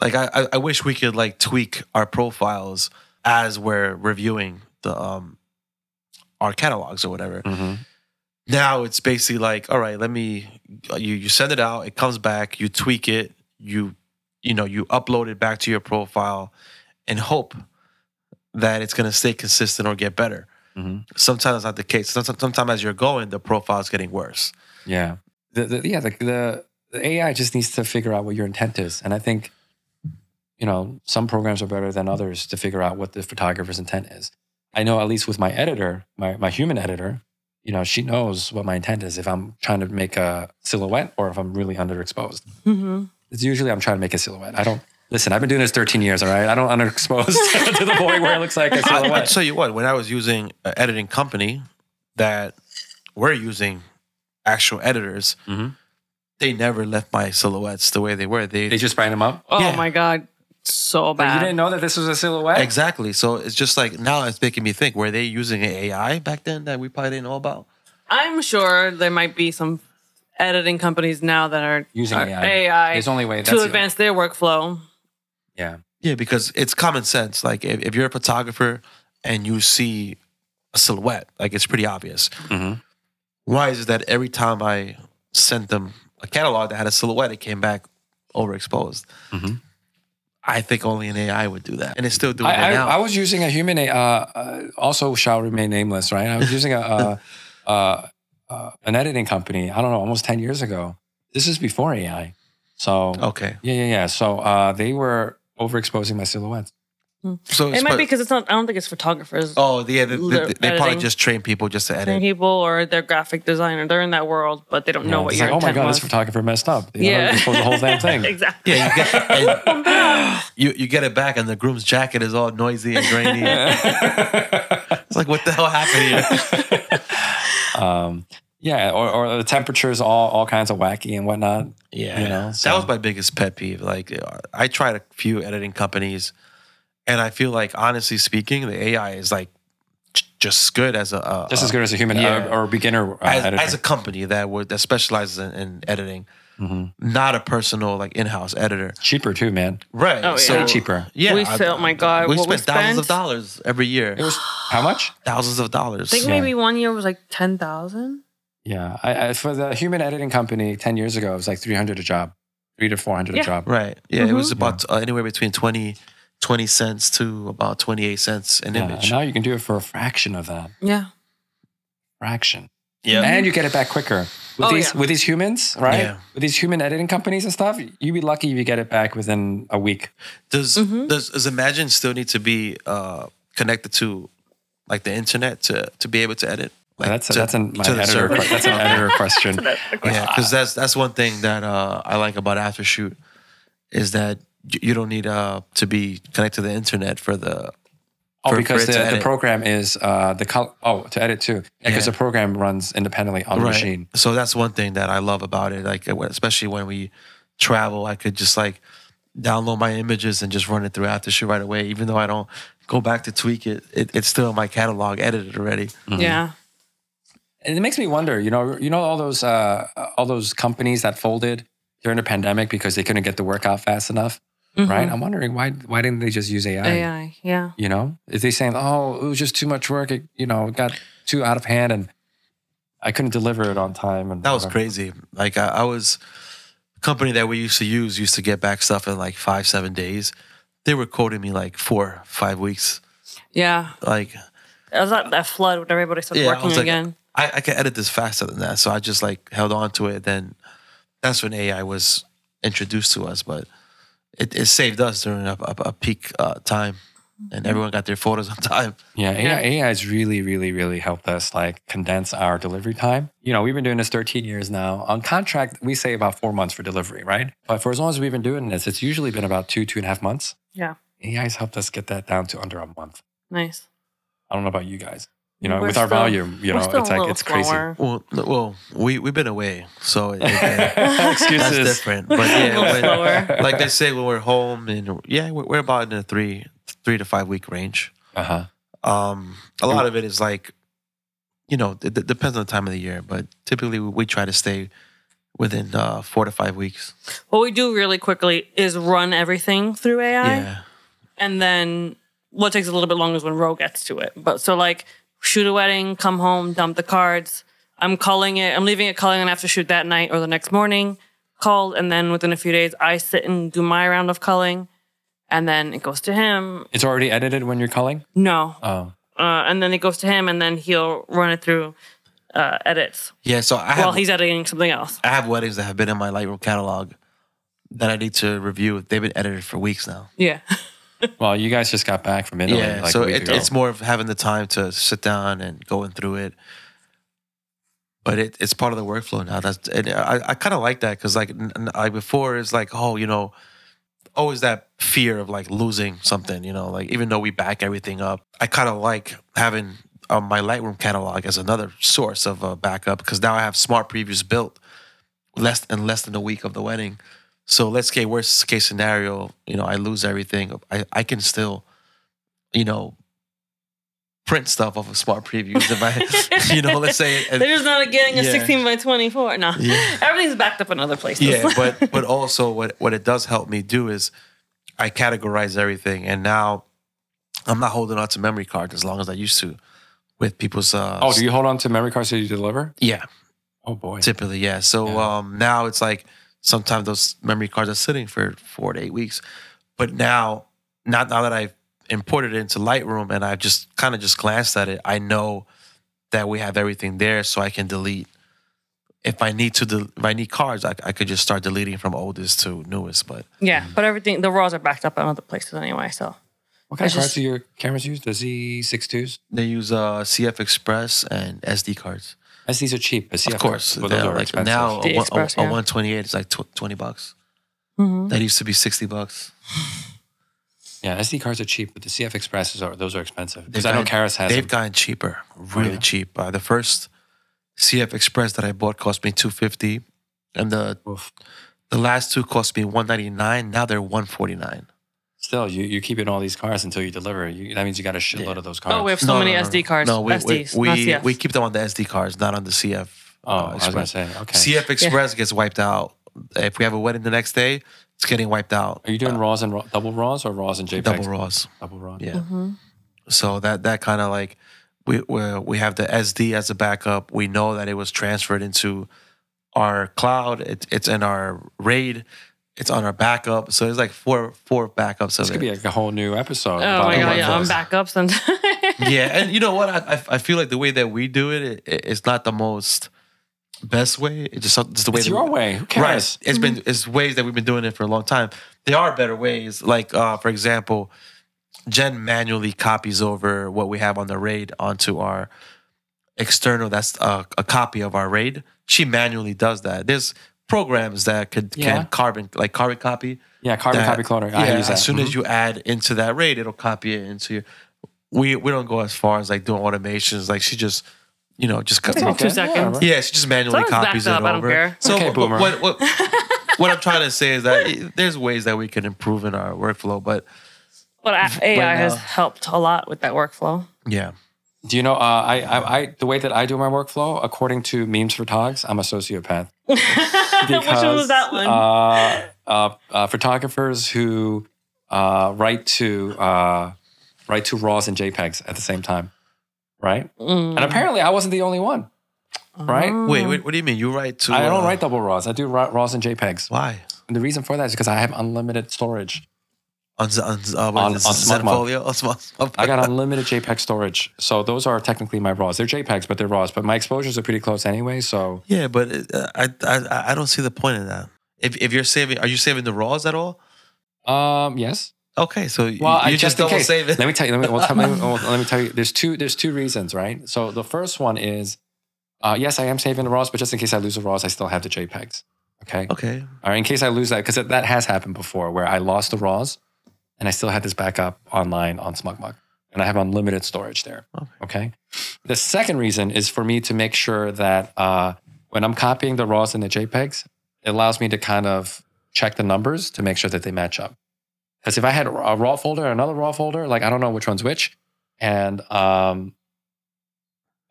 like i i, I wish we could like tweak our profiles as we're reviewing the um our catalogs or whatever Mm-hmm. now it's basically like all right let me you you send it out it comes back you tweak it you you know you upload it back to your profile and hope that it's going to stay consistent or get better Mm-hmm. sometimes that's not the case sometimes, sometimes as you're going the profile's getting worse Yeah. the, the yeah the, the the AI just needs to figure out what your intent is, and I think you know some programs are better than others to figure out what the photographer's intent is. I know at least with my editor, my my human editor, you know she knows what my intent is if I'm trying to make a silhouette or if I'm really underexposed. hmm It's usually I'm trying to make a silhouette. I don't. Listen, I've been doing this 13 years, all right? I don't underexpose to the point where it looks like a I, I silhouette. tell you what, when I was using an editing company that were using actual editors, Mhm. they never left my silhouettes the way they were. They, They just brand them up. Oh Yeah. my god, so But you bad. didn't know that this was a silhouette? exactly. So it's just like now it's making me think: were they using an AI back then that we probably didn't know about? I'm sure there might be some editing companies now that are Using are AI. There's only way that's to the- advance their workflow. Yeah. Yeah, because it's common sense. Like if, if you're a photographer and you see a silhouette, like it's pretty obvious. Mhm. Why is it that every time I sent them a catalog that had a silhouette, it came back overexposed? Mhm. I think only an AI would do that, and it's still doing I, it now. I, I was using a human, uh, uh, also shall remain nameless, right? I was using a, uh uh uh, an editing company, I don't know, almost 10 years ago. This is before AI. So, okay, yeah, yeah, yeah. So uh, they were overexposing my silhouettes. so It might but- be because it's not. I don't think it's photographers. oh yeah, they, they, They're they probably editing. just train people just to Some edit. people or their graphic designer. They're in that world, but they don't know Yeah, what it's your like, oh my intent God, was. this photographer messed up. You yeah, yeah. Know, the whole damn thing. exactly. Yeah, you get, and you, you get it back, and the groom's jacket is all noisy and grainy. it's like what the hell happened here? um, yeah, or, or the temperatures all, all kinds of wacky and whatnot. Yeah, You know, that so- was my biggest pet peeve. Like, uh, I tried a few editing companies, and I feel like, honestly speaking, the AI is like j- just as good as a, a Just as good as a human yeah. or, or beginner uh, as, editor. as a company that would that specializes in, in editing, Mhm. not a personal like in-house editor, Cheaper too, man. right? Oh, yeah. Way So cheaper. yeah, We said, oh my God, we what we spent thousands of spent? dollars every year, It was how much? thousands of dollars. I think Yeah. maybe one year was like ten thousand. Yeah, I, I, for the human editing company ten years ago, it was like three hundred a job, three to four hundred Yeah. a job. Right. Yeah, it Mm-hmm. was about uh, anywhere between 20, 20 cents to about twenty-eight cents an Yeah, and image. now you can do it for a fraction of that. Yeah, Fraction. Yeah. And you get it back quicker. With Oh, these yeah. with these humans, right? Yeah. With these human editing companies and stuff, you'd be lucky if you get it back within a week. Does does does Imagine still need to be uh, connected to like the internet to to be able to edit? Like, that's a, to- that's an my to the editor server? que- that's an editor question. yeah, because that's that's one thing that uh, I like about AfterShoot is that y- you don't need uh, to be connected to the internet for the. Oh, for- because for it to the, the edit. program is uh, the color. Oh, to edit too. Yeah, because Yeah. the program runs independently on the Right. machine. So that's one thing that I love about it. Like uh, especially when we travel, I could just like download my images and just run it through AfterShoot right away. Even though I don't go back to tweak it, it it's still in my catalog edited already. yeah. and it makes me wonder you know you know all those uh, all those companies that folded during the pandemic because they couldn't get the work out fast enough Mm-hmm. Mm-hmm. right i'm wondering why why didn't they just use ai AI. Mm-hmm. Yeah. you know is they saying oh it was just too much work it you know it got too out of hand and i couldn't deliver it on time and That was whatever. crazy. Like I, I was company that we used to use used to get back stuff in like five, seven days. They were quoting me like four, five weeks. Yeah. Like It was like that flood when everybody started Yeah, I working was like- again. I, I could edit this faster than that. So I just like held on to it. Then that's when AI was introduced to us, but it, it saved us during a, a, a peak uh, time and everyone got their photos on time. yeah ai ai's really really really helped us like condense our delivery time you know we've been doing this 13 years now on contract we say about four months for delivery right but for as long as we've been doing this it's usually been about two two and a half months Yeah. AI's helped us get that down to under a month. Nice. I don't know about you guys. You know, We're with our still- volume, you know, We're still it's a like little it's crazy. slower. Well, no- well, we, we've been away. So it, it, that's Excuses. different. But yeah, A little when- slower. like they say when we're home and yeah we're, we're about in the three three to five week range Uh huh. um a lot of it is like you know it d- depends on the time of the year but typically we try to stay within uh four to five weeks What we do really quickly is run everything through AI. yeah And then what takes a little bit longer is when Ro gets to it. But so, like, shoot a wedding, come home, dump the cards. I'm calling it, I'm leaving it calling and I have to shoot that night or the next morning. Called. And then within a few days, I sit and do my round of culling. And then it goes to him. It's already edited when you're calling. No. Oh, Uh, and then it goes to him and then he'll run it through. uh, edits Yeah, so I have while he's editing something else. I have weddings that have been in my Lightroom catalog that I need to review. They've been edited for weeks now. Yeah. Well, you guys just got back from Italy. yeah, like so a week it, ago. it's more of having the time to sit down and going through it. But it, it's part of the workflow now. That's and I, I kind of like that because like n- n- I before it's like oh you know always that fear of like losing something you know like even though we back everything up I kind of like having um, my Lightroom catalog as another source of a backup because now I have smart previews built less and less than a week of the wedding. So let's say worst case scenario, you know, I lose everything. I, I can still, you know, print stuff off of smart previews if I, you know, let's say, They're just not getting a Yeah. 16 by 24. No. Yeah. Everything's backed up in other places. yeah. But but also what what it does help me do is I categorize everything, and now I'm not holding on to memory cards as long as I used to with people's. Uh, oh, do you hold on to memory cards that you deliver? Yeah. Oh boy. Typically, yeah. So Yeah. um now it's like sometimes those memory cards are sitting for four to eight weeks. But now, not now that I've imported it into Lightroom and I've just kind of just glanced at it, I know that we have everything there, so I can delete. If I need to, del- if I need cards, I, I could just start deleting from oldest to newest. But Yeah, But everything, the RAWs are backed up in other places anyway. So What kind I of cards just- do your cameras use? The Z62s? they use uh, CF Express and SD cards. As these are cheap, but see, of course, Well, they're those are like expensive. now The a, one- Express, a, yeah. one twenty eight is like tw- twenty bucks. Mhm. That used to be sixty bucks. Yeah, SD cards are cheap, but the CF Expresses are those are expensive. Because They've I know gotten- Karis has They've them. gotten cheaper, really Oh, yeah. cheap. Uh, the first CF Express that I bought cost me two fifty, and the Oof. the last two cost me one ninety nine. Now they're one forty nine. Still, you you keep in all these cards until you deliver. You, that means you got a shitload of those cards. Oh, we have so many SD cards. No, we SDs, we not we, CFs. we keep them on the SD cards, not on the CF. Oh, uh, I was gonna say. Okay. CF Express gets wiped out. If we have a wedding the next day, it's getting wiped out. are you doing RAWs and raw, double RAWs or RAWs and JPEGs? uh, Double raws. Double RAW. Yeah. So that that kind of like we we we have the SD as a backup. We know that it was transferred into our cloud. It, it's in our RAID. It's on our backup. So it's like four four backups This of could be it. like a whole new episode. Oh about my the god, yeah, workflows. I'm back up sometimes. yeah, and you know what? I, I I feel like the way that we do it, it it's not the most best way. It's just, just the way It's that your we- way. Who Right. cares? It's been Mm-hmm. it's ways that we've been doing it for a long time. There are better ways. Like uh, for example, Jen manually copies over what we have on the RAID onto our external. That's a, a copy of our RAID. She manually does that. There's programs that could Yeah. can carbon like carbon copy. Yeah, carbon that- copy cloner. I yeah, use that. as soon Mhm. as you add into that RAID, it'll copy it into your. We we don't go as far as like doing automations. Like she just, you know, just cut. Two okay. Yeah, seconds. right. Yeah, she just manually Someone's copies it backed up, over. I don't care. So Okay, what- boomer. What, what, what I'm trying to say is that it- there's ways that we can improve in our workflow, but But a- AI now- has helped a lot with that workflow. yeah, Do you know? Uh, I, I, I, the way that I do my workflow, according to memes for togs, I'm a sociopath. Which one was that one? Uh, uh, uh, photographers who uh, write to uh, write to RAWs and JPEGs at the same time, right? Mm. And apparently, I wasn't the only one. Right? Mm. wait, wait, what do you mean? You write to? I don't uh, write double RAWs. I do ra- RAWs and JPEGs. Why And the reason for that is because I have unlimited storage. on Z- on, Z- uh, what On- is on this, Smart Mode. Zenfolio? On Smart Mode. I got unlimited JPEG storage, so those are technically my RAWs. They're JPEGs, but they're RAWs. But my exposures are pretty close anyway, so yeah, but it, uh, I I I don't see the point in that. If if you're saving, are you saving the raws at all? um, yes. Okay, so you- Well, I- you just, in double case. save it. Let me tell you. Let me, well, tell, let, me, well, let me tell you. There's two. There's two reasons, right? So the first one is, uh, yes, I am saving the RAWs, but just in case I lose the RAWs, I still have the JPEGs. Okay. okay, All right. In case I lose that, because that has happened before, where I lost the RAWs, and I still had this backup online on SmugMug, and I have unlimited storage there. Okay. Okay. The second reason is for me to make sure that uh, when I'm copying the RAWs and the JPEGs, it allows me to kind of check the numbers to make sure that they match up. Because if I had a raw folder and another raw folder, like I don't know which one's which, and um,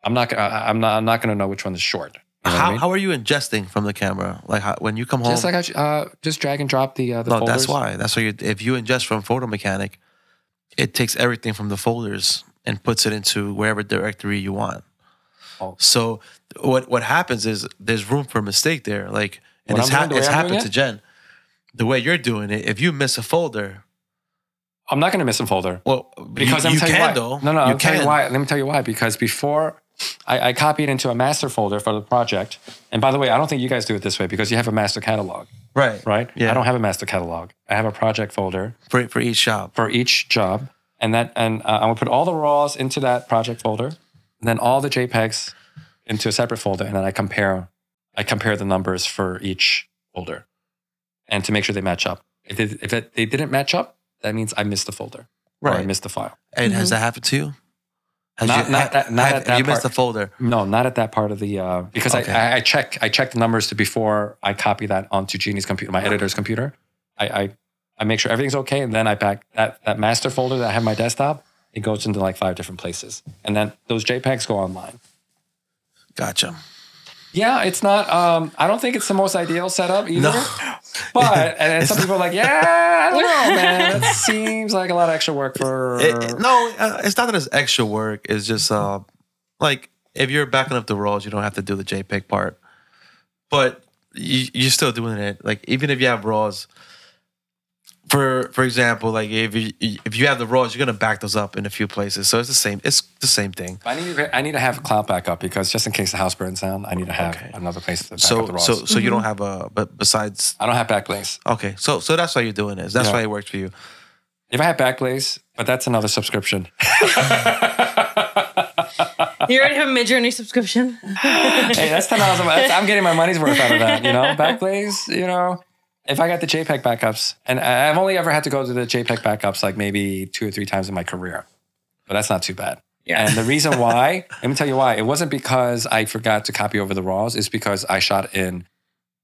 I'm not, gonna- I- I'm not, I'm not going to know which one is short. You know what I how mean? how are you ingesting from the camera? Like how, when you come home, just like I sh- uh, just drag and drop the uh, the no, folders. that's why. That's why you, if you ingest from Photo Mechanic, it takes everything from the folders and puts it into wherever directory you want. Oh. So what what happens is there's room for mistake there. Like and What it's, I'm hap doing, the way it's I'm happened doing to it? Jen. The way you're doing it, if you miss a folder, I'm not going to miss a folder well, because you, I'm you telling you can why. though. No, no, you I'm telling you why. Let me tell you why. Because before I, I copy it into a master folder for the project. And by the way, I don't think you guys do it this way because you have a master catalog, Right. right? Yeah. I don't have a master catalog. I have a project folder For for each shop. for each job, and that and uh, I'm gonna put all the raws into that project folder, and then all the JPEGs into a separate folder, and then I compare I compare the numbers for each folder, and to make sure they match up. If they, if it, they didn't match up, that means I missed the folder or I Right. missed the file. And has that happened to you? Has Not- not ha- that- not have- at that you missed part. the folder. No, not at that part of the uh, because Okay. I, I, I check I check the numbers to before I copy that onto Genie's computer, my editor's computer. I, I I make sure everything's okay, and then I back that that master folder that I have on my desktop. It goes into like five different places, and then those JPEGs go online. Gotcha. Yeah, it's not. Um, I don't think it's the most ideal setup either. No. But and then some people are like, yeah, I don't know, man. That seems like a lot of extra work for. It- it- no, uh, it's not that it's extra work. It's just uh, like if you're backing up the rolls, you don't have to do the JPEG part, but you, you're still doing it. Like even if you have raws, for for example, like if you if you have the raws, you're gonna back those up in a few places. So it's the same. It's the same thing. I need to, I need to have cloud backup because just in case the house burns down, I need to have Okay. another place to back so up the raws. so so you don't have a but besides I don't have backlinks. okay. So so that's why you're doing this. That's Yeah. why it works for you. If I have Backblaze, but that's another subscription. You already have a mid-journey subscription. hey, that's ten dollars a month. I'm getting my money's worth out of that. You know, Backblaze. You know, if I got the JPEG backups, and I- I've only ever had to go to the JPEG backups like maybe two or three times in my career, but that's not too bad. Yeah. And the reason why, let me tell you why. It wasn't because I forgot to copy over the raws. It's because I shot in,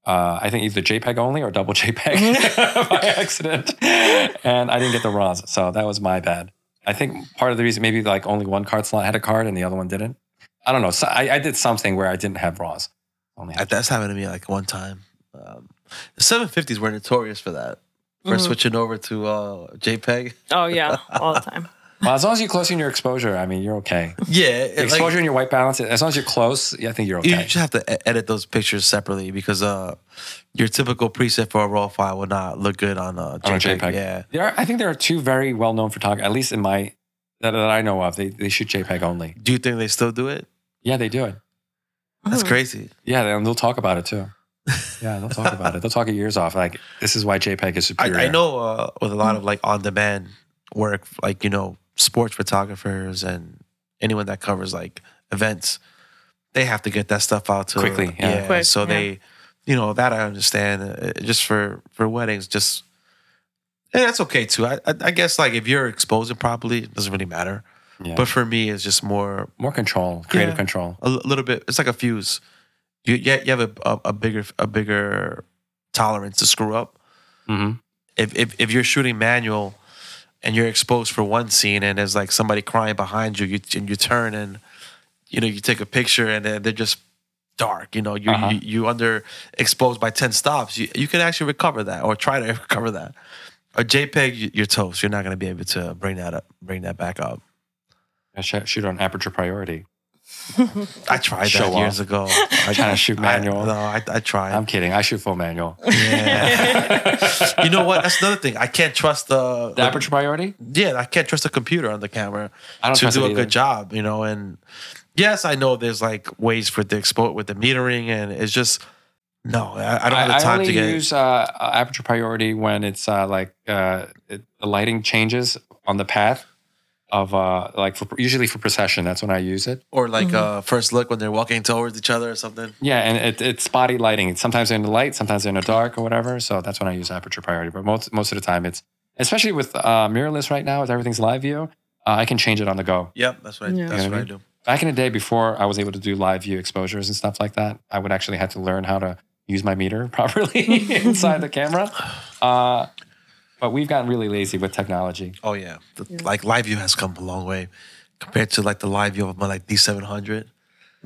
uh, I think either JPEG only or double JPEG by accident, and I didn't get the raws. So that was my bad. I think part of the reason maybe like only one card slot had a card and the other one didn't. I don't know. So I, I did something where I didn't have raws. Only I- had That's happened to me like one time. Um, the 750s were notorious for that. For Mhm. switching over to uh, JPEG. Oh yeah, all the time. well, as long as you're close in your exposure, I mean, you're okay. Yeah, it, The like, exposure and your white balance, as long as you're close, yeah, I think you're you okay. just have to e- edit those pictures sepamately because uh, your typical preset for a raw file will not look good on a JPEG. On a JPEG. Yeah, There are, I think there are two very well known photographers, at least in my that, that I know of. They they shoot JPEG only. do you think they still do it? Yeah, they do it. That's Mhm. crazy. Yeah, they, and they'll talk about it too. Yeah, they'll talk about it. They'll talk your ears off. Like this is why JPEG is I, superior. I know uh, with a Hmm. lot of like on-demand work, like you know, sports photographers and anyone that covers like events, they have to get that stuff out to Quickly, yeah. Quick, so yeah. they, you know, that I understand. Uh, just for for weddings, just and that's okay too. I, I I guess like if you're exposing properly, it doesn't really matter. Yeah. But for me, it's just more more control, creative Yeah. control. a l- little bit. It's like a fuse. You you you have a, a, a bigger a bigger tolerance to screw up Mm-hmm. if if, if you're shooting manual and you're exposed for one scene and there's like somebody crying behind you, you and you turn and you know you take a picture and they're, they're just dark. You know you Uh-huh. you, you under exposed by ten stops. You you can actually recover that or try to recover that. A JPEG, you- you're toast. You're not going to be able to bring that up, bring that back up. I sh- shoot on aperture priority. I tried that Show off. years ago. I Trying to shoot manual. I, no, I, I tried. I'm kidding. I shoot full manual. you know what? That's another thing. I can't trust the, The aperture priority. yeah, I can't trust the computer on the camera I don't to trust do it a either. good job, you know. And yes, I know there's like ways for the export with the metering, and it's just no, I, I don't have the I, I time only to get. use uh, aperture priority when it's uh, like uh, it, the lighting changes on the path of uh, like for, usually for procession. That's when I use it. or like uh, first look when they're walking towards each other or something. Yeah, and it, it's spotty lighting. Sometimes they're in the light, sometimes they're in the dark or whatever. So that's when I use aperture priority. But most most of the time, it's especially with uh, mirrorless right now, with everything's live view. Uh, I can change it on the go. Yep, that's what I, Yeah. that's You what know what I I mean? do. Back in the day, before I was able to do live view exposures and stuff like that, I would actually have to learn how to use my meter properly inside the camera. Uh, but we've gotten really lazy with technology. Oh yeah, the, like live view has come a long way compared to like the live view of my like D700.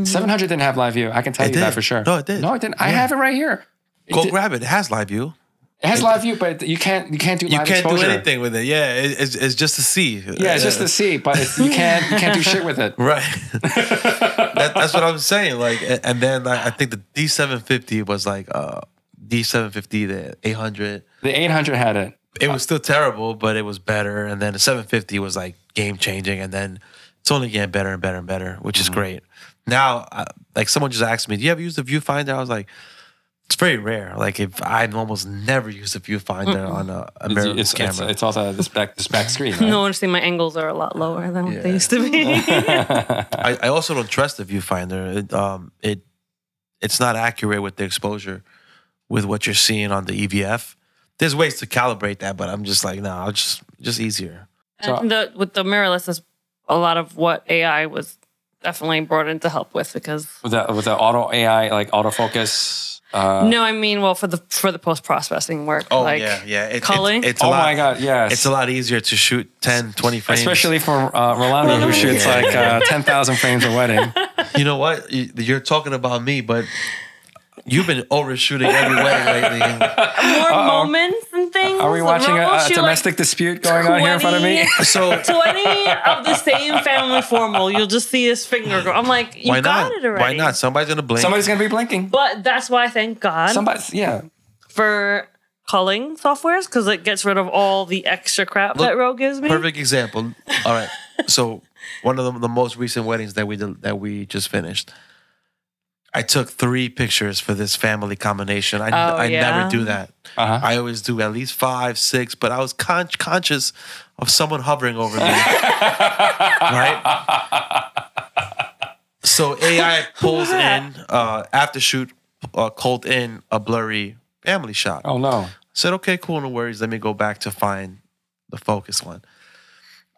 700 didn't have live view. I can Mm-hmm. tell It you did. that for sure. No, it did. No, it didn't. I have it right here. It, Go did- grab it. It has live view. it has live view, but you can't you can't do You live can't exposure. do anything with it. Yeah, it, it's, it's just to see. Uh, Yeah, it's just to see, but it's, you can't you can't do shit with it. Right. that, that's what I'm saying. Like, a- and then like, I think the D750 was like uh, D750, the 800. The 800 had it. It was still terrible, but it was better. And Mm-hmm. then the 750 was like game changing. And then it's only getting better and better and better, which is great. now, I, like someone just asked me, "Do you ever use the viewfinder?" I was like, "It's very rare. Like if I almost never use a viewfinder on a American It's, camera." it's, it's also this back this back screen. Right? No, honestly, my angles are a lot lower than what Yeah. they used to be. I, I also don't trust the viewfinder. It, um, it it's not accurate with the exposure with what you're seeing on the EVF. There's ways to calibrate that, but I'm just like, no, I'll just just easier. So- And the, with the mirrorless is a lot of what AI was definitely brought in to help with because with the with the auto AI like autofocus. Uh, no, I mean, well, for the for the post processing work, Oh like yeah, yeah. It- it's- culling? It's, a oh lot, my god! Yes. It's a lot easier to shoot 10, 20 frames. Especially for uh, Rolando, who shoots Yeah. like uh, ten thousand frames a wedding. you know what? You- You're talking about me, but you've been overshooting every wedding lately. more moments and things. Uh, Are we The watching a, robots, a you're like domestic dispute going on here in front of me? 20 So Twenty of the same family formal, you'll just see his finger go. I'm like, you why got not? it already. Why not? Somebody's gonna blink. Somebody's gonna be blinking. But that's why I thank God Somebody, yeah. for culling softwares because it gets rid of all the extra crap Look, that Rogue gives me. perfect example. All right. So one of the, the most recent weddings that we did, that we just finished, I took three pictures for this family combination. I, Oh, I yeah? never do that. Uh-huh. I always do at least five, six, but I was con- conscious of someone hovering over me. right? So AI pulls in, uh, after shoot, uh, called in a blurry family shot Oh no. said, okay, cool, no worries. Let me go back to find the focus one.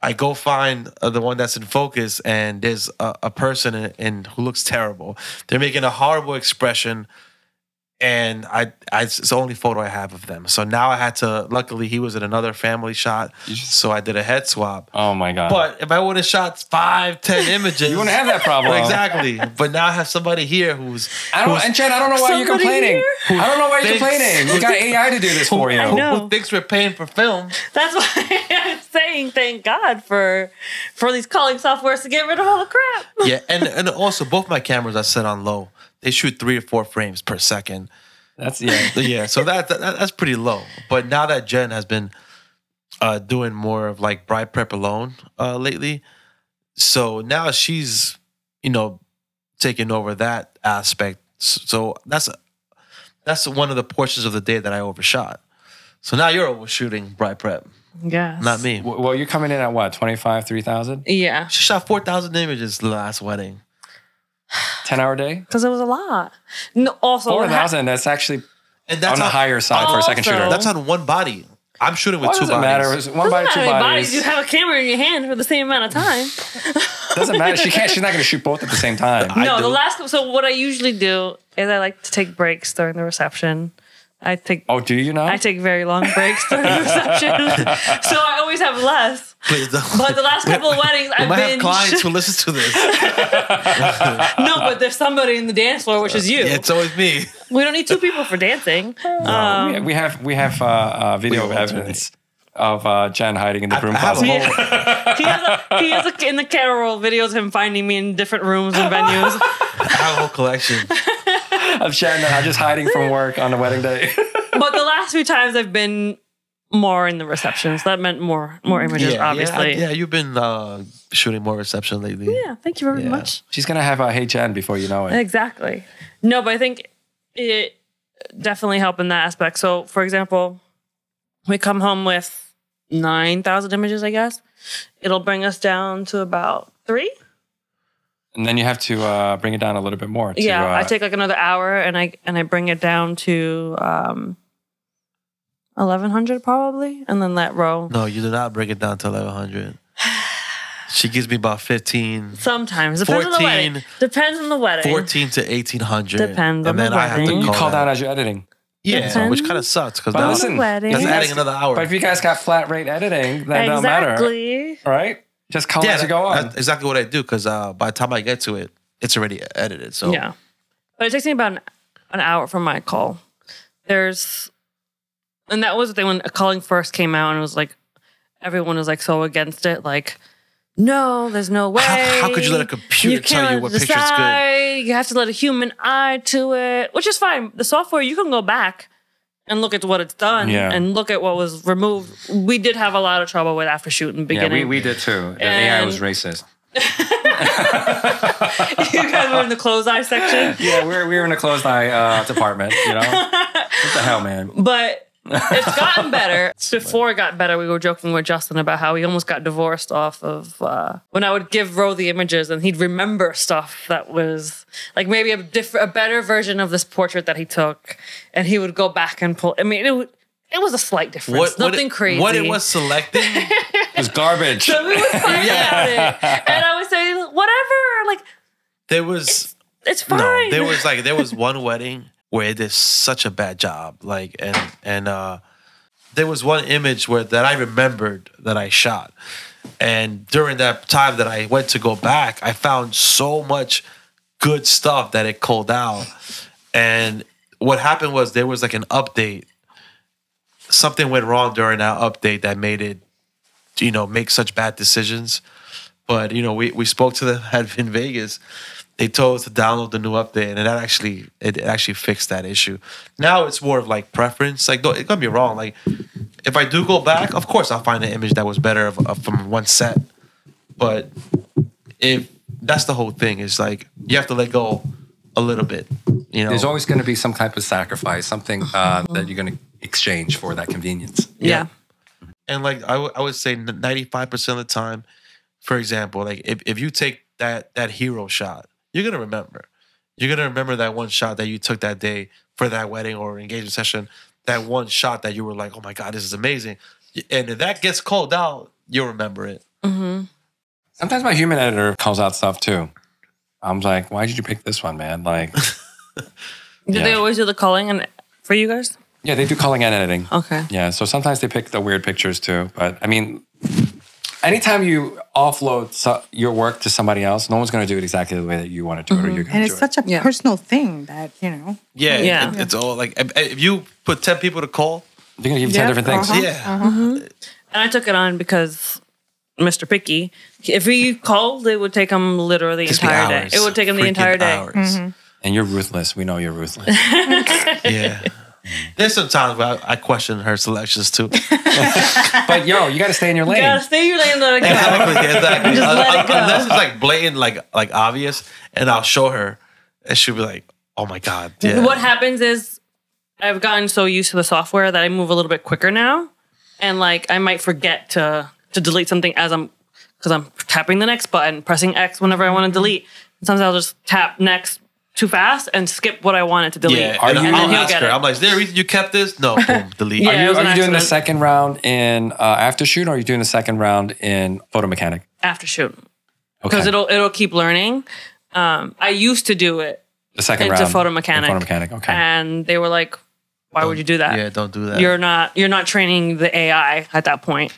I go find uh, the one that's in focus, and there's a, a person in, in who looks terrible. They're making a horrible expression, and I, I it's the only photo I have of them. So now I had to. Luckily, he was in another family shot, so I did a head swap. Oh my god. But if I would have shot five, ten images, you wouldn't have that problem. exactly. But now I have somebody here who's I don't. And Chad, I don't know why you're Somebody complaining. I don't know why you're thinks- complaining. You got AI to do this for you. I know. who thinks we're paying for film. That's why I'm saying thank God for for these calling softwares to get rid of all the crap. yeah, and and also both my cameras are set on low. They shoot three or four frames per second. That's yeah. Yeah, so that, that that's pretty low. But now that Jen has been uh, doing more of like bride prep alone uh, lately, so now she's you know taking over that aspect. So that's that's one of the portions of the day that I overshot. So now you're overshooting bride prep, Yes. not me. W- Well, you're coming in at what? 25, 3,000? Yeah. She shot four thousand images the last wedding. 10 hour day? Because it was a lot. No, also, what hap- 4,000. That's actually And on that's Oh, the on, higher side for a second Also- shooter. that's on one body. I'm shooting with why two does it bodies. matter? It's One doesn't body, two matter how many bodies. You have a camera in your hand for the same amount of time. doesn't matter. She can't. She's not going to shoot both at the same time. I no, do. the last. So what I usually do is I like to take breaks during the reception. I take Oh, do you know? I take very long breaks during the reception, so I always have less. Please don't- But the last couple of weddings, We I've might been have clients who listen to this. yeah, no, but there's somebody in the dance floor, which is you. Uh, it's always me. we don't need two people for dancing. Um, We- we have we have uh, uh, video We evidence of uh, Jen hiding in the broom I have a closet. whole- He has, a, he has a, in the camera roll videos him finding me in different rooms and venues. I have a whole collection. of Jen uh, just hiding from work on the wedding day. but the last few times I've been more in the receptions. That meant more more images, obviously. Yeah, Yeah, yeah, you've been uh, shooting more reception lately. thank you very Yeah. much. She's gonna have a hey Jen before you know it. Exactly. No, but I think it definitely helped in that aspect. So, for example, we come home with 9,000 images, I guess. It'll bring us down to about three. And then you have to uh, bring it down a little bit more. To, yeah, uh, I take like another hour and I and I bring it down to um 1100 probably and then let row. No, you do not break it down to 1100. She gives me about 15, Sometimes depends on the wedding. 14 Depends on the wedding. 14 to 1800. Depends on And then the I have to wedding. call, you call that. that as you're editing. Yeah, Depends which kind of sucks because But now listen, wedding. that's you adding guys- another hour. But if you guys got flat rate editing, that don't matter, Exactly. right? Just call yeah, as you go on. that's exactly what I do because uh, by the time I get to it, it's already edited. So Yeah. But it takes me about an, an hour from my call. There's, and that was the thing when calling first came out, and it was like, everyone was like so against it. Like, no, there's no way. how could you let a computer tell can't you what picture's good? decide. You have to let a human eye to it, which is fine. The software, you can go back and look at what it's done Yeah. and look at what was removed. We did have a lot of trouble with after shoot in the beginning. did too. The AI was racist. you guys were in the clothes eye section. yeah, we're we're in a closed eye uh, department. You know what the hell, man? But it's gotten better. Before it got better, we were joking with Justin about how he almost got divorced off of uh, when I would give Ro the images and he'd remember stuff that was like maybe a different, a better version of this portrait that he took, and he would go back and pull. I mean, it, w- it was a slight difference, nothing it, crazy. What it was selected. It's garbage. So we would fight about it, and I would say whatever. Like There was it's fine. no. There was like there was one wedding where it did such a bad job. Like and and uh, there was one image where that I remembered that I shot, and during that time that I went to go back, I found so much good stuff that it culled out. And what happened was there was like an update. Something went wrong during that update that made it, you know, make such bad decisions. But you know, we we spoke to them at in Vegas. They told us to download the new update, and that actually it actually fixed that issue. Now it's more of like preference. Like, don't, it gonna be wrong. Like, if I do go back, of course I'll find an image that was better of, of from one set. But if that's the whole thing, is like you have to let go a little bit. You know, There's always going to be some type of sacrifice, something uh, that you're going to exchange for that convenience. yeah. and like I would- I would say ninety five percent of the time, for example, like if, if you take that that hero shot, you're gonna remember. You're gonna remember that one shot that you took that day for that wedding or engagement session. That one shot that you were like, oh my god, this is amazing. And if that gets called out, you'll remember it. hmm Sometimes my human editor calls out stuff too. I'm like, why did you pick this one, man? Like, Did Yeah. they always do the calling and for you guys? yeah, they do calling and editing. Okay. Yeah, so sometimes they pick the weird pictures too. But I mean, anytime you offload so- your work to somebody else, no one's going to do it exactly the way that you want to do it, or you're Mm-hmm. And going to it's do such a Yeah. personal thing that, you know. Yeah, it- Yeah. it- it's all like if, if you put ten people to call, it. They're going to give you ten different things. uh-huh, Yeah. uh-huh. And I took it on because Mr. Picky, if he called, it would take him literally the just be entire day. hours, It would take him the freaking entire day. Mm-hmm. hours. uh-huh. And you're ruthless. We know you're ruthless. Yeah. There's some times where I, I question her selections too. but yo, you got to stay in your You lane. gotta stay your lane, let it go. Exactly. Exactly. Just let it Un- go. un- Uh, Unless it's like blatant, like like obvious, and I'll show her, and she'll be like, "Oh my god, yeah." What happens is I've gotten so used to the software that I move a little bit quicker now, and like I might forget to to delete something as I'm because I'm tapping the next button, pressing X whenever I Mm-hmm. want to delete. Sometimes I'll just tap next too fast and skip what I wanted to delete. Yeah, Are and you- I'll And he'll ask get her. it. I'm like, "Is there a reason you kept this?" No, boom, delete. Yeah. Are you, it was are an you doing the accident. second round in uh, after shoot, or are you doing the second round in photo mechanic? After shoot Okay, because it'll it'll keep learning. Um, I used to do it the second into round photo in mechanic. Uh, Photo mechanic. Okay. Oh, and they were like, "Why would you do that? Yeah, don't do that. You're not you're not training the AI at that point.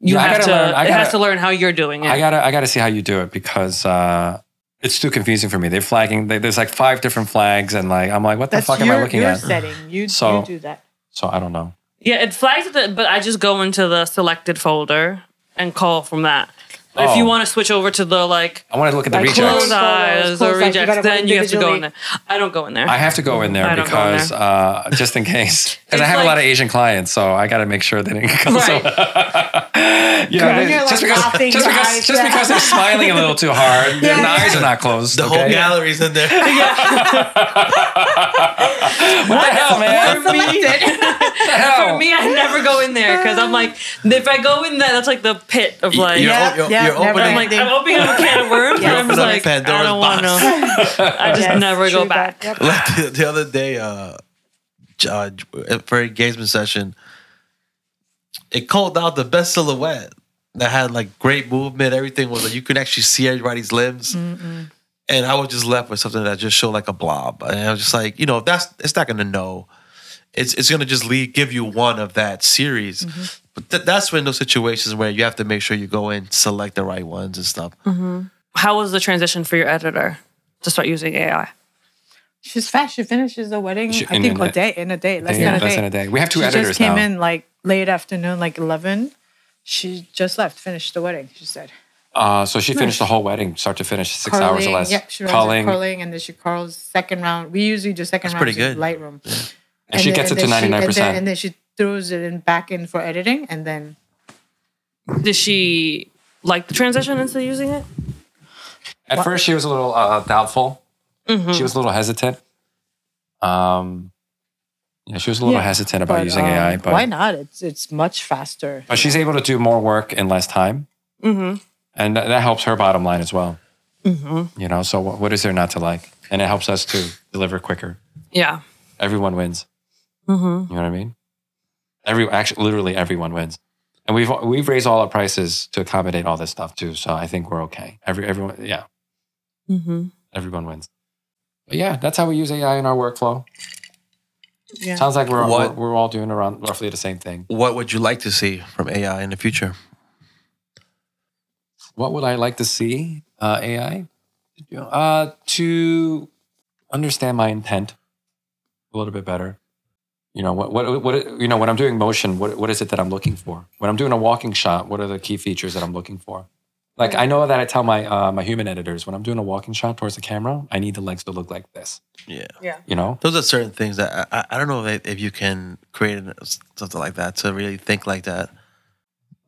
You Yeah, I have gotta to. learn- I it has gotta- to learn how you're doing it. I gotta I gotta see how you do it because uh, it's too confusing for me. They're flagging. They, there's like five different flags, and like I'm like, what the That's fuck your, am I looking your at? setting. You, So- you do that. So I don't know. yeah, it flags it, but I just go into the selected folder and call from that. But If you Oh. want to switch over to the like I want to look at the Like, rejects. close Close photos, eyes close or eyes, you rejects, gotta go then you have to go in individually. there. I don't go in there. I have to go in there I don't go in because Uh, just in case, because I It's have a lot of like- Asian clients, so I got to make sure they didn't come. Right. You know, Right. they- You're, like, just because, laughing just your because, eyes just down. because they're smiling a little too hard, their Yeah. eyes are not closed. the okay? whole gallery's in there. What the hell, man? What the hell? For me, I never go in there because I'm like, if I go in there, that's like the pit of like. you're, Yeah, you're, yeah, you're never opening. I'm like, I'm opening up a can of worms. and I'm Open just up like, I Pandora's don't want box. to. I just Yes, never go true back. that. Yep. Like the, the other day, uh, j- uh, j- for engagement session, it called out the best silhouette that had like great movement. Everything was like you could actually see everybody's limbs, and I was just left with something that just showed like a blob. And I was just like, you know, that's it's not gonna know. It's it's gonna just leave give you one of that series. But th- that's when those situations where you have to make sure you go in, select the right ones and stuff. How was the transition for your editor to start using AI? She's fast. She finishes the wedding, She- I in think, a a day, in a day, less Yeah, than a less day. than a day. We have two she editors just came now. in like late afternoon, like 11. She just left, finished the wedding, she said. Uh, so she finished the whole wedding, start to finish, six hours or Curling, less. Yep, she runs Culling, curling, curling, and then she curls second round. We usually do second round pretty in good. Lightroom. and she then- gets it to then ninety nine and then- And percent. then she throws it in back in for editing, and then Did she like the transition into using it? At first, she was a little uh, doubtful. Mm-hmm. She was a little hesitant. Um, yeah, she was a little Yeah, hesitant about But, using um, AI, but why not? It's it's much faster. but she's able to do more work in less time, Mm-hmm. and that that helps her bottom line as well. Mm-hmm. You know, so what, what is there not to like? And it helps us to deliver quicker. Yeah. Everyone wins. Mm-hmm. You know what I mean? Every actually, literally everyone wins, and we've we've raised all our prices to accommodate all this stuff too. So I think we're okay. Every everyone, yeah, Mm-hmm. everyone wins. But yeah, that's how we use AI in our workflow. Yeah. Sounds like we're, we're What- we're all doing around roughly the same thing. What would you like to see from AI in the future? What would I like to see uh, AI uh, to understand my intent a little bit better? You know what what what you know when I'm doing motion, what what is it that I'm looking for? When I'm doing a walking shot, what are the key features that I'm looking for? Like I know that I tell my uh, my human editors when I'm doing a walking shot towards the camera, I need the legs to look like this. Yeah. You know, Those are certain things that I, I- I don't know if, if you can create an- something like that to really think like that.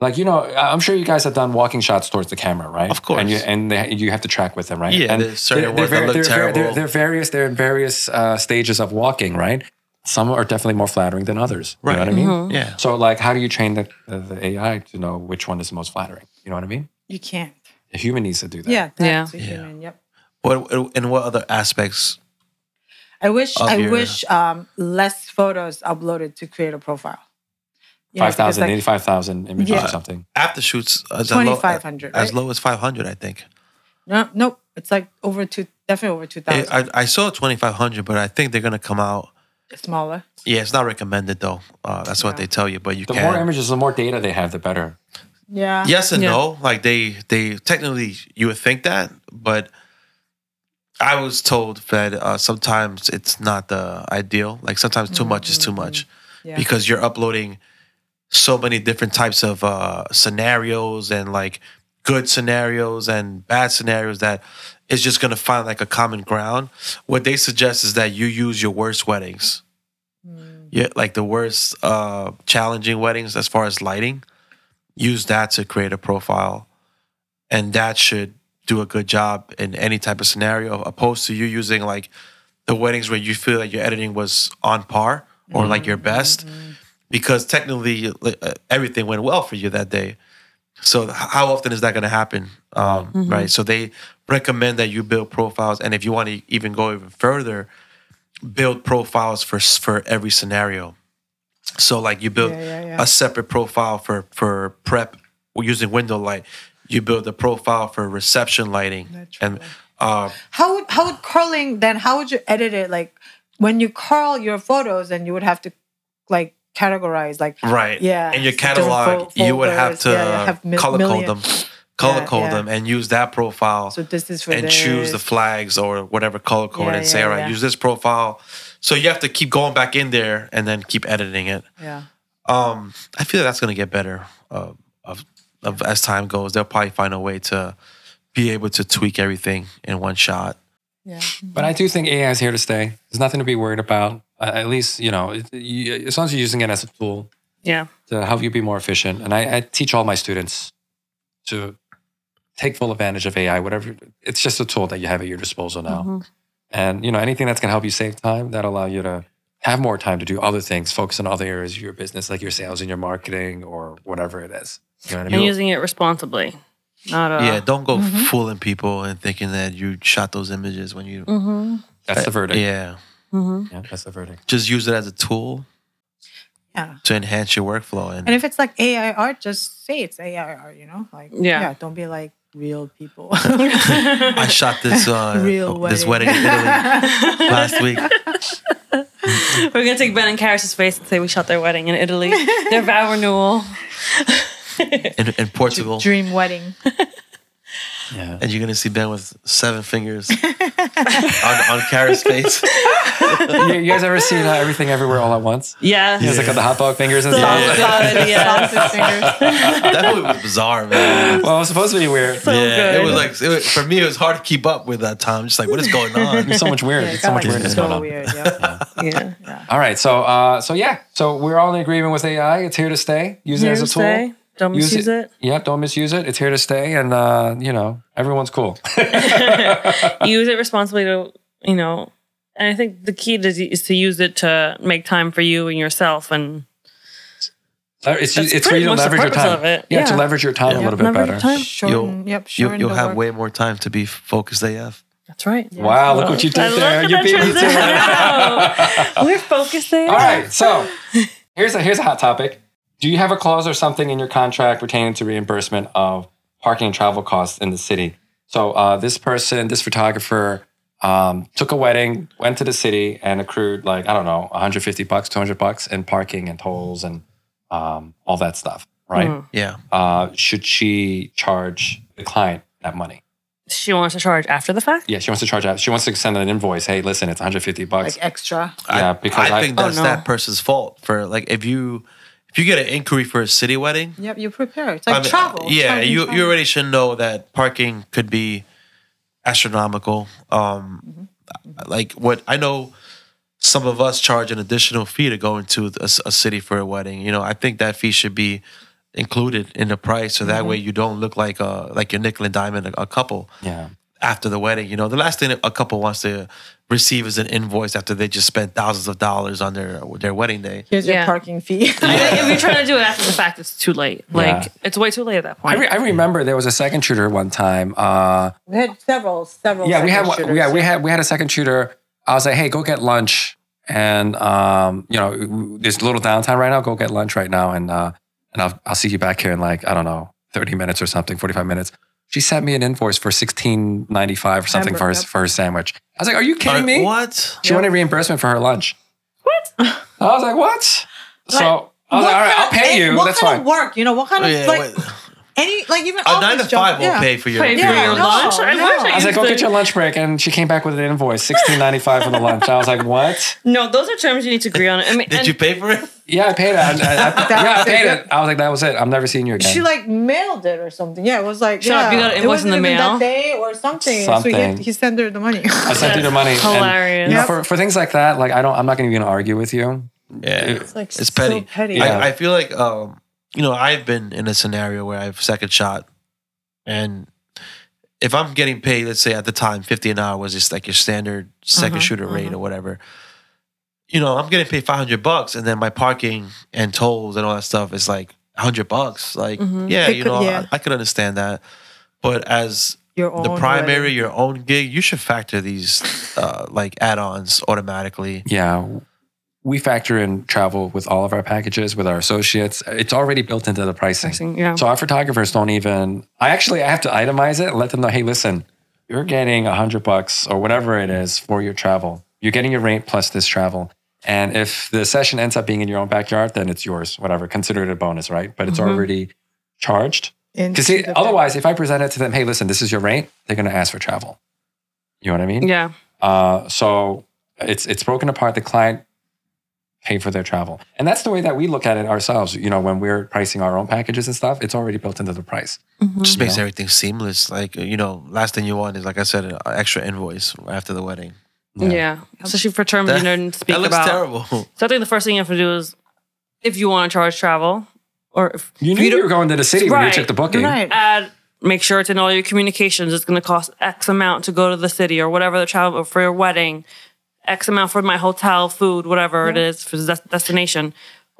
like you know, I- I'm sure you guys have done walking shots towards the camera, right? Of course. and you and they, you have to track with them, right? Yeah, and there's certain ones that very- look very- terrible. They're, they're various. They're in various uh, stages of walking, right? Some are definitely more flattering than others. You Right. know what I mean? Mm-hmm. Yeah. So, like, how do you train the, the, the AI to know which one is the most flattering? You know what I mean? You can't. A human needs to do that. Yeah. That's Yeah. A Yeah. human. Yep. What and what other aspects? I wish Of I your- wish um, less photos uploaded to create a profile. You know, because, 5,000, like, 85,000 images Yeah. or something. After shoots as low- 2,500, as right? low as five hundred, I think. No, nope. It's like over two, definitely over two I, thousand. Eh, I, I saw twenty five hundred, but I think they're gonna come out. Smaller. Yeah, it's not recommended though. Uh, that's what they tell you, but you The can. more images, the more data they have, the better. Yeah. yes and Yeah. no like they they technically you would think that but i was told that uh, sometimes it's not the ideal like sometimes too much is too much Yeah. because you're uploading so many different types of uh, scenarios and like good scenarios and bad scenarios that it's just going to find like a common ground what they suggest is that you use your worst weddings yeah like the worst uh, challenging weddings as far as lighting use that to create a profile and that should do a good job in any type of scenario opposed to you using like the weddings where you feel like your editing was on par or like your best Mm-hmm. because technically like, uh, everything went well for you that day so h- how often is that going to happen um, Mm-hmm. right so they recommend that you build profiles and if you want to even go even further build profiles for s- for every scenario so like you build Yeah, yeah, yeah. a separate profile for for prep using window light you build a profile for reception lighting and uh, How would how would curling then? How would you edit it? Like when you curl your photos, and you would have to like categorize like Right. Yeah, In your it's different catalog, fol- you would have folders. to Yeah, you have mi- color code million- them, color Yeah, code yeah. them, and use that profile So this is for and choose the this. flags or whatever color code Yeah, and say, yeah, all right, yeah. use this profile. So you have to keep going back in there and then keep editing it. yeah. Um, I feel that's going to get better uh, of, of as time goes. They'll probably find a way to be able to tweak everything in one shot. Yeah. But I do think AI is here to stay. There's nothing to be worried about. Uh, at least, you know, it, you, as long as you're using it as a tool, Yeah. to help you be more efficient. And I, I teach all my students to take full advantage of AI, whatever. It's just a tool that you have at your disposal now. Mm-hmm. Mm-hmm. And, you know, anything that's going to help you save time, that allow you to have more time to do other things, focus on other areas of your business, like your sales and your marketing or whatever it is. You know what I And mean? using it responsibly. Uh-huh. Not uh, yeah, don't go Mm-hmm. fooling people and thinking that you shot those images when you. Mm-hmm. That's the verdict. Yeah. Yeah, Mm-hmm. that's the verdict. just use it as a tool Yeah. to enhance your workflow and And if it's like AI art, just say it's AI art. You know, like Yeah. Don't be like real people. I shot this uh, real wedding. this wedding in Italy last week. We're gonna take Ben and Karis's face and say we shot their wedding in Italy, their vow renewal. in, in Portugal, Dream wedding. Yeah. and you're gonna see Ben with seven fingers on on Kara's face. you, you guys ever seen uh, Everything Everywhere All at Once? Yes. You guys like got the hot dog fingers and Oh, stuff. Yeah. God, yes. Sausage fingers. That movie was bizarre, man. Well, it was supposed to be weird. So yeah, good. it was like it was- for me, it was hard to keep up with that time. Just like, what is going on? There's so much weird. Yeah, There's it so got, much like, weirdness going so on. weird. Yep. yeah. All right, so uh, so yeah, so we're all in agreement with AI. It's here to stay. Use it as a tool. Hearsay. Don't Use misuse it. Yep, don't misuse it. It's here to stay, and uh, you know everyone's cool. use it responsibly to you know and i think the key to, is to use it to make time for you and yourself and it's That's it's where pretty you much the leverage your purpose time. of it. Yeah, to Yeah. leverage your time a Yeah. little bit Leverage better. your time. Shorten, yep, You'll, shorten you'll the have work. way more time to be focused AF. that's right Wow, look what you did I love there. that You beat me to transition. it. Wow. we're focusing All right, so here's a here's a hot topic. Do you have a clause or something in your contract pertaining to reimbursement of parking and travel costs in the city? So uh, this person, this photographer, um, took a wedding, went to the city, and accrued like I don't know, 150 bucks, 200 bucks in parking and tolls and um, all that stuff, right? Mm. Yeah. Uh, should she charge the client that money? she wants to charge after the fact Yeah, she wants to charge out. She wants to send an invoice. Hey, listen, it's 150 bucks. like extra. Yeah, because I, I- think Oh, that's no. that person's fault for like if you if you get an inquiry for a city wedding, Yep, you prepare. It's like I mean, travel. Yeah, travel, you travel. you already should know that parking could be astronomical. Um, Mm-hmm. Like what I know, some of us charge an additional fee to go into a, s- a city for a wedding. You know, I think that fee should be included in the price, so Mm-hmm. that way you don't look like a like your nickel and diamond a, a couple Yeah. after the wedding. You know, the last thing a couple wants to receive is an invoice after they just spent thousands of dollars on their their wedding day. Here's Yeah. your parking fee. I think if you're trying to do it after the fact it's too late like Yeah. it's way too late at that I, point re- I remember there was a second shooter one time. Uh, we had several, several. yeah, we had second one, yeah shooters. we had we had a second shooter. I was like, hey, go get lunch, and um, you know, w- there's a little downtime right now. Go get lunch right now, and uh, and I'll I'll see you back here in like I don't know, thirty minutes or something, forty five minutes. She sent me an invoice for sixteen ninety five or something for her, Hamburger. for her sandwich. I was like, are you kidding Alright, me? What? She wanted reimbursement for her lunch. What? I was like, what? So I was What like, all right, kind I'll of- pay you. What That's kind fine. of work? You know, what kind of Yeah, like what- any like even a office nine to five job, will yeah. pay for your, Pay for for your your lunch. lunch. I no. wish I I was like, used go to- get your lunch break. And she came back with an invoice, sixteen ninety five for the lunch. I was like, what? No, those are terms you need to agree on. I mean, Did and you pay for it? Yeah, I paid it. I, I- I- That yeah, I was paid it. it. I was like, that was it. I'm never seeing you again. She like mailed it or something. Yeah, it was like Shut yeah, up, you got an invoice in the wasn't even mail? that day or something. So he, Something. had- he sent her the money. I sent you the money. and, Hilarious. you know, Yep. for, for things like that, like I don't, I'm not going to even argue with you. Yeah. It's like It's so petty. petty. Yeah. I, I feel like um, you know, I've been in a scenario where I've second shot and if I'm getting paid, let's say at the time fifty an hour was just like your standard 2nd Mhm, shooter rate or whatever. You know, I'm getting paid five hundred bucks and then my parking and tolls and all that stuff is like hundred bucks. Like, Mhm. yeah, It you could- know, yeah. I, I could understand that. But as Your own the primary, wedding. your own gig, you should factor these uh, like add-ons automatically. Mm-hmm. Yeah. We factor in travel with all of our packages, with our associates. It's already built into the pricing. yeah. So our photographers don't even. I actually I have to itemize it and let them know. Hey, listen, you're getting a hundred bucks or whatever it is for your travel. You're getting your rate plus this travel. And if the session ends up being in your own backyard, then it's yours. Whatever, consider it a bonus, right? But it's Mhm. already charged. Into Because the- otherwise, if I present it to them, hey, listen, this is your rate. They're going to ask for travel. You know what I mean? yeah. Uh, so it's it's broken apart. The client pay for their travel, and that's the way that we look at it ourselves. You know, when we're pricing our own packages and stuff, it's already built into the price. just makes Yeah. everything seamless. Like you know, last thing you want is like I said, an extra invoice after the wedding. yeah. So she for terms That- you didn't speak that looks about. terrible. So I think the first thing you have to do is if you want to charge travel or if You if knew you, don't- were going to the city when you Right. checked the booking. right. add make sure it's in all your communications. It's going to cost X amount to go to the city or whatever the travel for your wedding, X amount for my hotel, food, whatever it is for the des- destination.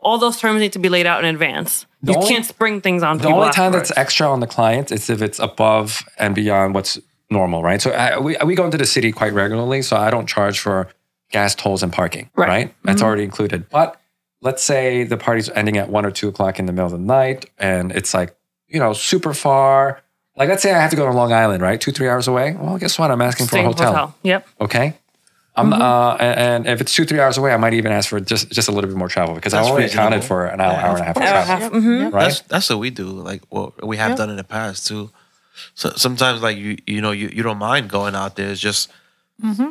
All those terms need to be laid out in advance. The you only- can't spring things on The people. only time that's afterwards. extra on the client is if it's above and beyond what's normal, right? So I, we we go into the city quite regularly, so I don't charge for gas tolls and parking, Right. Mm-hmm. right? That's already included. But let's say the party's ending at one or two o'clock in the middle of the night, and it's like you know super far. Like let's say I have to go to Long Island, right? Two three hours away. Well, guess what? I'm asking Staying for a hotel. Yep. Okay. I'm, Mm-hmm. uh, and and if it's two, three hours away, I might even ask for just, just a little bit more travel because That's I only reasonable. accounted for an hour, hour and a half Mm-hmm. of Hour and a travel. half. Mhm. Yep. Right? That's that's what we do. Like what we have done in the past too. So sometimes like you you know you, you don't mind going out there. It's just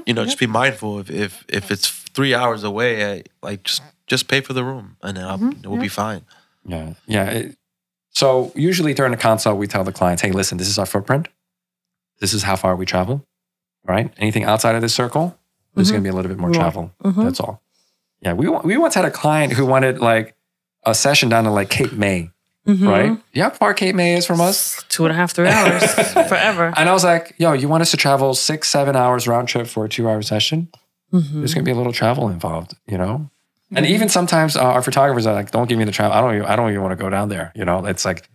you know just be mindful if if if it's three hours away, I, like just just pay for the room and then I'll, we'll be fine. Yeah. Yeah. It, so usually during a consult, we tell the clients, hey, listen, this is our footprint. This is how far we travel, right? Anything outside of this circle, there's going to be a little bit more Yeah. travel. Mhm. That's all. Yeah. We, we once had a client who wanted like a session down to like Cape May. Mhm. right? Yeah, far Cape May is from us. Two and a half, three hours forever. And I was like, yo, you want us to travel six, seven hours round trip for a two hour session? Mhm. There's going to be a little travel involved, you know? And Mm-hmm. even sometimes uh, our photographers are like, don't give me the travel. I don't, even, I don't even want to go down there. You know, it's like,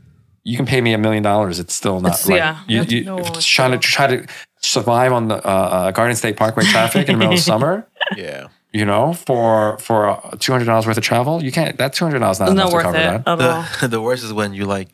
you can pay me a million dollars. It's still not It's- like, yeah. you, you, No, it's trying to try to survive on the uh, uh, Garden State Parkway traffic in the middle of summer. Yeah. You know, for for two hundred dollars worth of travel, you can't. That two hundred dollars not It's enough not to worth cover it that. at all. The, the worst is when you like,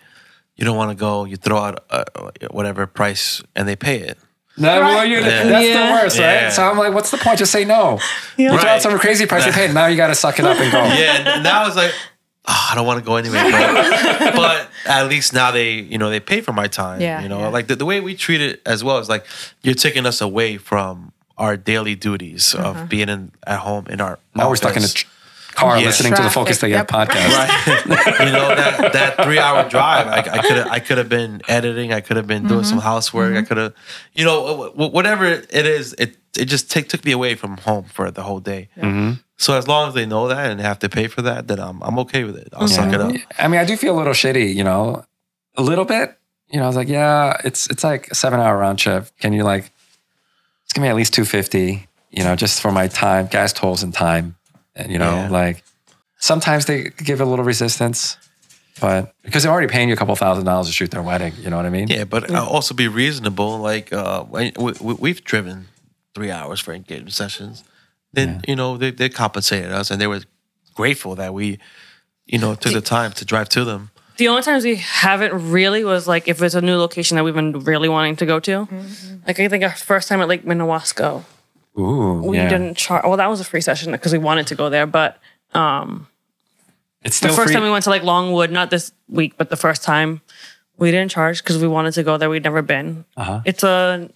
you don't want to go. You throw out uh, whatever price, and they pay it. No, Right. well, you- Yeah. that's the Yeah. worst, Yeah. right? So I'm like, what's the point? Just say no. You throw Right. out some crazy price you paid. Now you got to suck it up and go. Yeah, and now it's like, "Ah, I don't want to go anyway. But, but at least now they, you know, they pay for my time. Yeah, you know, yeah. like the, the way we treat it as well is like you're taking us away from our daily duties Uh-huh. of being in, at home in our. Now we're stuck in a office. tr- car Yeah. listening to the Focus Day Traffic, Up podcast. Right. you know that that three hour drive. I could I could have been editing. I could have been doing some housework. I could have, you know, wh- wh- whatever it is. It it just take, took me away from home for the whole day. So as long as they know that and have to pay for that, then I'm I'm okay with it. I'll suck it up. I mean, I do feel a little shitty, you know, a little bit. You know, I was like, yeah, it's it's like a seven hour round trip. Can you like, it's gonna be at least two fifty, you know, just for my time, gas tolls and time, and you know, Yeah. like sometimes they give a little resistance, but because they're already paying you a couple thousand dollars to shoot their wedding, you know what I mean? Yeah, but I'll also be reasonable. Like uh, we, we, we've driven three hours for engagement sessions. Then you know they they compensated us, and they were grateful that we, you know, took the time to drive to them. The only times we haven't really was like if it's a new location that we've been really wanting to go to. Like I think our first time at Lake Minnewasko, Ooh, we yeah. didn't charge. Well, that was a free session because we wanted to go there, but it's the still first free. time we went to like Longwood, not this week, but the first time we didn't charge because we wanted to go there. We'd never been. Uh-huh. It's a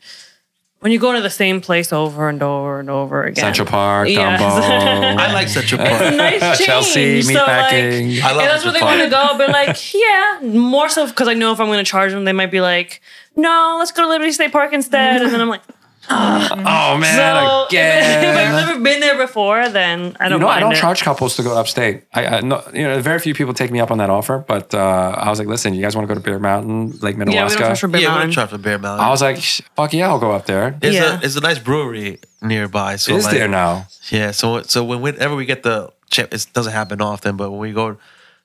when you go to the same place over and over and over again. Central Park, Yes. Dumbo, I like Central Park. nice change. Chelsea, So, like, meatpacking. I love if that's Central where they Park. want to go, but like, yeah, more so because I know if I'm going to charge them, they might be like, no, let's go to Liberty State Park instead. And then I'm like, oh man, so if, again. if I've never been there before, then I You don't know, mind I don't it. charge couples to go upstate. I, I no, you know, very few people take me up on that offer. But uh, I was like, listen, you guys want to go to Bear Mountain, Lake yeah, we don't charge for Minnewaska? Big yeah, we Mountain. don't try for Bear Mountain. I was like, "Sh- fuck yeah, I'll go up there. It's Yeah. a it's a nice brewery nearby. So Is like, there now? Yeah. So so when whenever we get the chip, it doesn't happen often, but when we go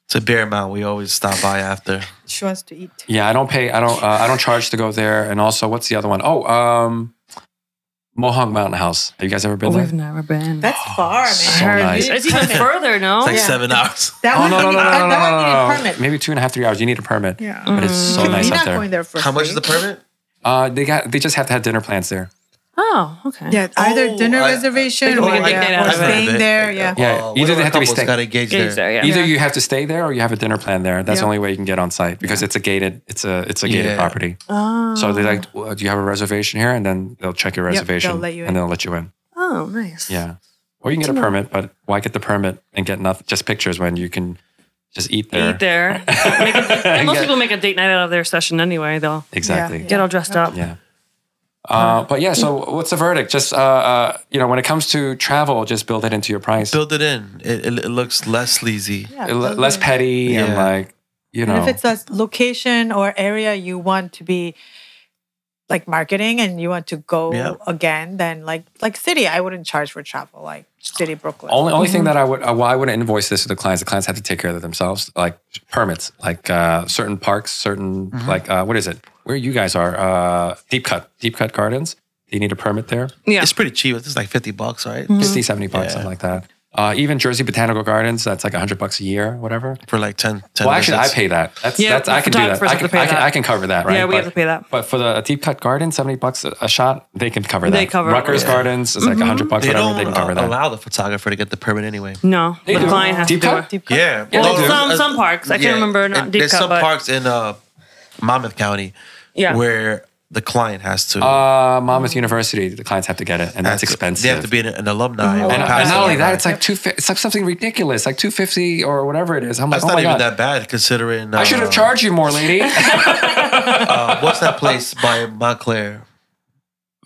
to Bear Mountain, we always stop by after. She wants to eat. Yeah, I don't pay. I don't. Uh, I don't charge to go there. And also, what's the other one? Oh, um, Mohonk Mountain House. Have you guys ever been there? Oh, We've never been. That's far, man. Oh, so nice. It's even further, no? It's like Yeah. seven hours. That Oh one no you no no need- no that no no one no! you need no. permit. Maybe two and a half three hours. You need a permit. Yeah. But it's so You're nice not up there. going there for How much free. is the permit? Uh, they got. They just have to have dinner plans there. Oh, okay. Yeah, either dinner Oh, I- I- reservation or, I- I- yeah, I- or I- staying there. Yeah. Oh, Yeah, either they have to be staying- got engaged Gates there. there, yeah. Either Yeah. you have to stay there or you have a dinner plan there. That's the Yeah. only way you can get on site because it's a gated, it's a it's a gated Yeah. property. Oh. So they like, well, do you have a reservation here? And then they'll check your they'll reservation let you in. and they'll let you in. Oh, nice. Yeah. Or you can get a permit, but why get the permit and get nothing, just pictures when you can just eat there. Eat there. Make a- and most people make a date night out of their session anyway. They'll Exactly. Yeah. get all dressed up. Yeah. Uh, but yeah, so what's the verdict? Just uh, uh, you know, when it comes to travel, just build it into your price. Build it in. It, it, it looks less sleazy. Yeah, It le- totally. less petty and Yeah. like you know. And if it's a location or area you want to be like marketing and you want to go Yeah. again, then like like city, I wouldn't charge for travel, like city Brooklyn. Only only Mm-hmm. thing that I would uh, well, I wouldn't invoice this to the clients. The clients have to take care of it themselves, like permits, like uh, certain parks, certain Mm-hmm. like uh, what is it? Where you guys are, uh, deep cut, deep cut gardens. They need a permit there, Yeah. It's pretty cheap. It's like fifty bucks, right? 60, 70 bucks, something like that. Uh, even Jersey Botanical Gardens, that's like hundred bucks a year, whatever. For like 10, 10 Well, actually, I visits. pay that. That's, Yeah, that's the I can do that. photographers I have can, to pay I can, that. I can cover that, right? Yeah, we But- have to pay that. But for the deep cut garden, seventy bucks a a shot, they can cover that. They cover it, Rutgers yeah. Mm-hmm. Gardens is like hundred bucks, They whatever. don't They can cover uh, that. allow the photographer to get the permit anyway. No, the do. client has Deep to do cut? it. Deep cut. Yeah. well, Yeah, they do. there's- Some- uh, some parks. I can't remember, not and deep There's cut, some but- parks in uh, Monmouth County Yeah. where the client has to. Uh, Monmouth University, the clients have to get it, and has that's to- expensive. They have to be an, an alumni. Oh, or And, past and not alumni. only that, it's like two. fi- It's like something ridiculous, like two fifty or whatever it is. I'm like, that's oh not my even god, that bad considering. Uh, I should have charged you more, lady. uh, Uh, what's that place by Montclair?